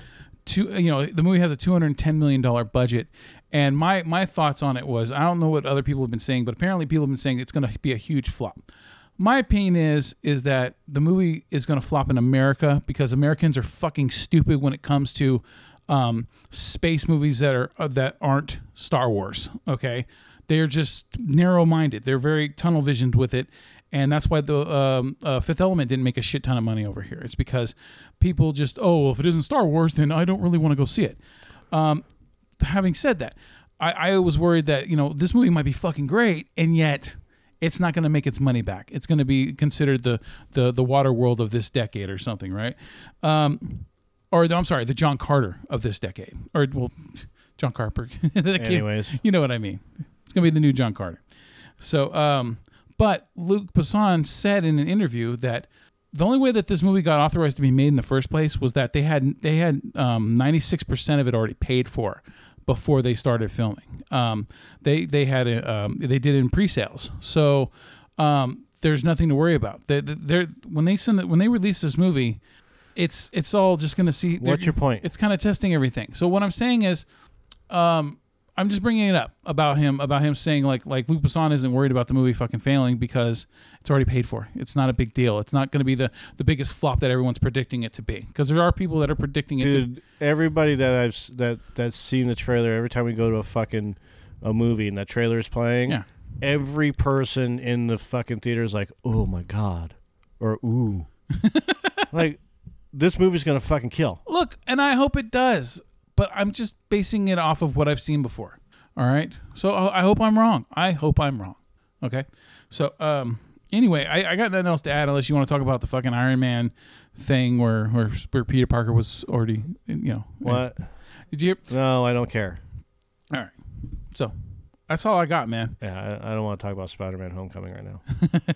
Speaker 2: two, you know, the movie has a two hundred and ten million dollar budget, and my my thoughts on it was I don't know what other people have been saying, but apparently people have been saying it's going to be a huge flop. My opinion is is that the movie is going to flop in America because Americans are fucking stupid when it comes to um, space movies that are uh, that aren't Star Wars. Okay, they're just narrow-minded. They're very tunnel-visioned with it, and that's why the um, uh, Fifth Element didn't make a shit ton of money over here. It's because people just oh, well, if it isn't Star Wars, then I don't really want to go see it having said that, I, I was worried that you know this movie might be fucking great, and yet it's not going to make its money back. It's going to be considered the the the water world of this decade or something, right? Um, or the, I'm sorry, the John Carter of this decade, or well, John Carper. That kid-
Speaker 3: Anyways.
Speaker 2: you know what I mean. It's going to be the new John Carter. So, um, but Luke Besson said in an interview that the only way that this movie got authorized to be made in the first place was that they had they had ninety six percent of it already paid for before they started filming. Um, they they had a, um, they did it in pre sales, so um, there's nothing to worry about. They, they're, when they send it, when they release this movie, it's it's all just going to see.
Speaker 3: What's your point?
Speaker 2: It's kind of testing everything. So what I'm saying is, I'm just bringing it up about him about him saying like like Luke Besson isn't worried about the movie fucking failing because it's already paid for. It's not a big deal. It's not going to be the the biggest flop that everyone's predicting it to be because there are people that are predicting it. to
Speaker 3: Dude, everybody that I've s- that that's seen the trailer every time we go to a fucking a movie and that trailer is playing,
Speaker 2: Yeah.
Speaker 3: every person in the fucking theater is like, "Oh my god," or "Ooh," like this movie's gonna fucking kill.
Speaker 2: Look, and I hope it does, but I'm just basing it off of what I've seen before. All right, so uh, I I hope I'm wrong. I hope I'm wrong. Okay, so um, anyway, I, I got nothing else to add unless you want to talk about the fucking Iron Man thing where where, where Peter Parker was already you know
Speaker 3: What?
Speaker 2: Did you hear?
Speaker 3: No, I don't care.
Speaker 2: All right. So that's all I got, man.
Speaker 3: Yeah, I, I don't want to talk about Spider-Man: Homecoming right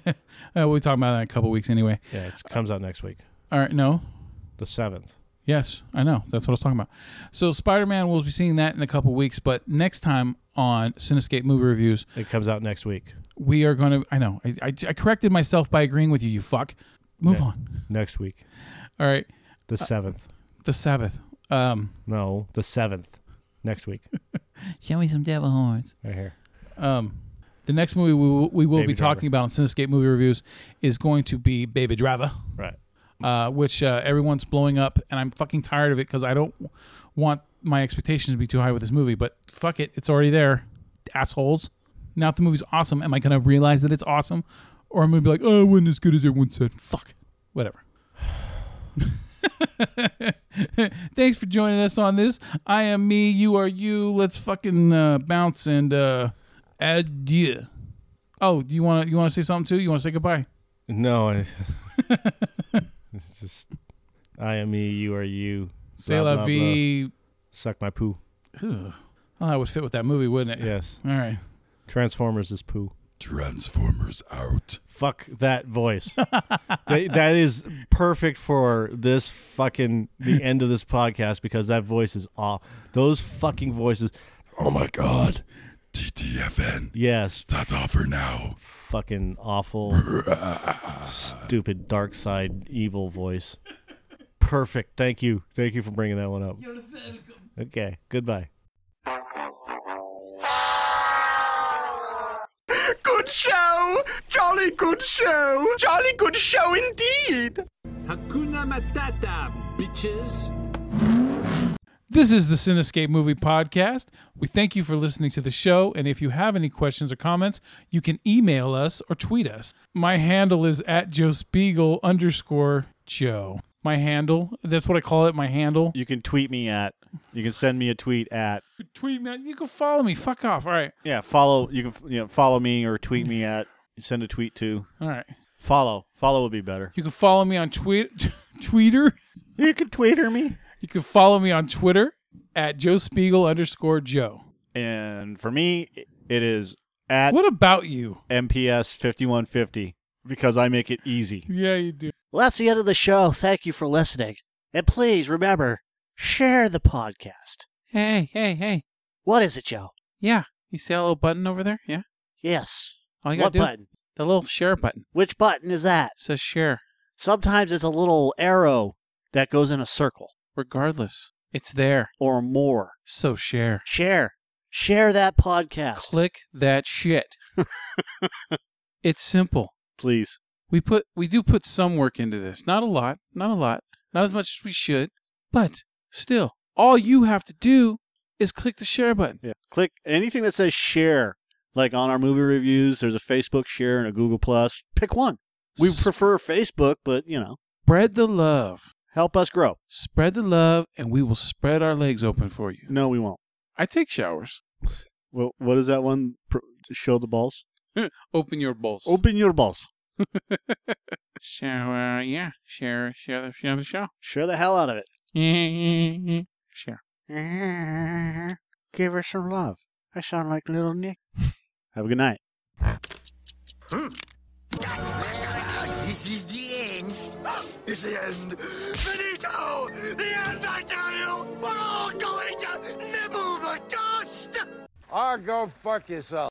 Speaker 3: now.
Speaker 2: Uh, we'll be talking about that in a couple weeks anyway.
Speaker 3: Yeah, it comes out next week,
Speaker 2: All right. No.
Speaker 3: the seventh.
Speaker 2: Yes, I know. That's what I was talking about. So Spider Man, we'll be seeing that in a couple weeks. But next time on Cinescape Movie Reviews,
Speaker 3: It comes out next week.
Speaker 2: we are going to. I know. I, I, I corrected myself by agreeing with you, you fuck. Move
Speaker 3: Yeah.
Speaker 2: on.
Speaker 3: Next week,
Speaker 2: All right.
Speaker 3: the seventh.
Speaker 2: The Sabbath. Um,
Speaker 3: No, the seventh. Next week,
Speaker 2: Show me some devil horns.
Speaker 3: right here.
Speaker 2: Um, the next movie we will, we will
Speaker 3: Baby
Speaker 2: be
Speaker 3: Driver.
Speaker 2: talking about on Cinescape Movie Reviews is going to be Baby Driver.
Speaker 3: Right.
Speaker 2: uh, which uh, everyone's blowing up, and I'm fucking tired of it because I don't want my expectations to be too high with this movie. But fuck it, it's already there, assholes. Now if the movie's awesome, am I gonna realize that it's awesome, or I'm gonna be like, oh, it wasn't as good as everyone said? Fuck, whatever. Thanks for joining us on this. I am me, you are you. Let's fucking uh, bounce and uh, adieu. Oh, do you want to you want to say something too? You want to say goodbye?
Speaker 3: No, I, it's just I am me, you are you.
Speaker 2: Say
Speaker 3: blah,
Speaker 2: la
Speaker 3: blah,
Speaker 2: vie.
Speaker 3: blah. Suck my poo.
Speaker 2: Ugh. Well, Oh, that would fit with that movie, wouldn't it?
Speaker 3: Yes,
Speaker 2: All right.
Speaker 3: Transformers is poo.
Speaker 6: Transformers out.
Speaker 3: Fuck that voice. that, that is perfect for this fucking the end of this podcast because that voice is aw. Those fucking voices.
Speaker 6: Oh my god. TTFN.
Speaker 3: Yes,
Speaker 6: That's all for now.
Speaker 3: fucking awful, stupid, dark side, evil voice. Perfect. Thank you. Thank you for bringing that one up. You're welcome. Okay. Goodbye.
Speaker 7: Good show! Jolly good show! Jolly good show indeed!
Speaker 4: Hakuna Matata, bitches.
Speaker 2: This is the Cinescape Movie Podcast. We thank you for listening to the show. And if you have any questions or comments, you can email us or tweet us. My handle is at Joe Spiegel underscore Joe. My handle. That's what I call it. My handle.
Speaker 8: You can tweet me at. You can send me a tweet at.
Speaker 2: Tweet me. You can follow me. Fuck off. All right.
Speaker 8: Yeah, follow. You can you know, follow me or tweet me at. Send a tweet to.
Speaker 2: All right.
Speaker 8: Follow. Follow would be better.
Speaker 2: You can follow me on tweet, Twitter.
Speaker 8: You can tweeter me.
Speaker 2: You can follow me on Twitter at Joe Spiegel underscore Joe.
Speaker 8: And for me, it is at
Speaker 2: What about you?
Speaker 8: MPS fifty one fifty because I make it easy.
Speaker 2: Yeah, you do.
Speaker 9: Well, that's the end of the show. Thank you for listening. And please remember, share the podcast.
Speaker 2: Hey, hey, hey.
Speaker 9: What is it, Joe?
Speaker 2: Yeah. You see that little button over there? Yeah.
Speaker 9: Yes.
Speaker 2: All you
Speaker 9: what
Speaker 2: gotta do
Speaker 9: button?
Speaker 2: the little share button.
Speaker 9: Which button is that?
Speaker 2: It says share.
Speaker 9: Sometimes it's a little arrow that goes in a circle
Speaker 2: Regardless. It's there.
Speaker 9: or more.
Speaker 2: So share.
Speaker 9: Share. Share that podcast.
Speaker 2: Click that shit. it's simple.
Speaker 8: Please.
Speaker 2: We put we do put some work into this. Not a lot. Not a lot. Not as much as we should. But still, all you have to do is click the share button.
Speaker 8: Yeah. Click anything that says share. Like on our movie reviews, there's a Facebook share and a Google Plus. Pick one. We prefer Facebook, but you know,
Speaker 2: Spread the love.
Speaker 8: help us grow.
Speaker 2: Spread the love and we will spread our legs open for you.
Speaker 8: No, we won't.
Speaker 2: I take showers.
Speaker 8: Well, what is that one? Pr- Show the balls.
Speaker 2: Open your bowls.
Speaker 8: Open your balls.
Speaker 2: Shower, uh, yeah. Share, share the, share the show.
Speaker 8: Share the hell out of it.
Speaker 2: Sure.
Speaker 9: Give her some love. I sound like little Nick.
Speaker 8: Have a good night.
Speaker 7: This is the end. It's the end. Benito! The end, I tell you! We're all going to nibble the dust!
Speaker 10: Or go fuck yourself.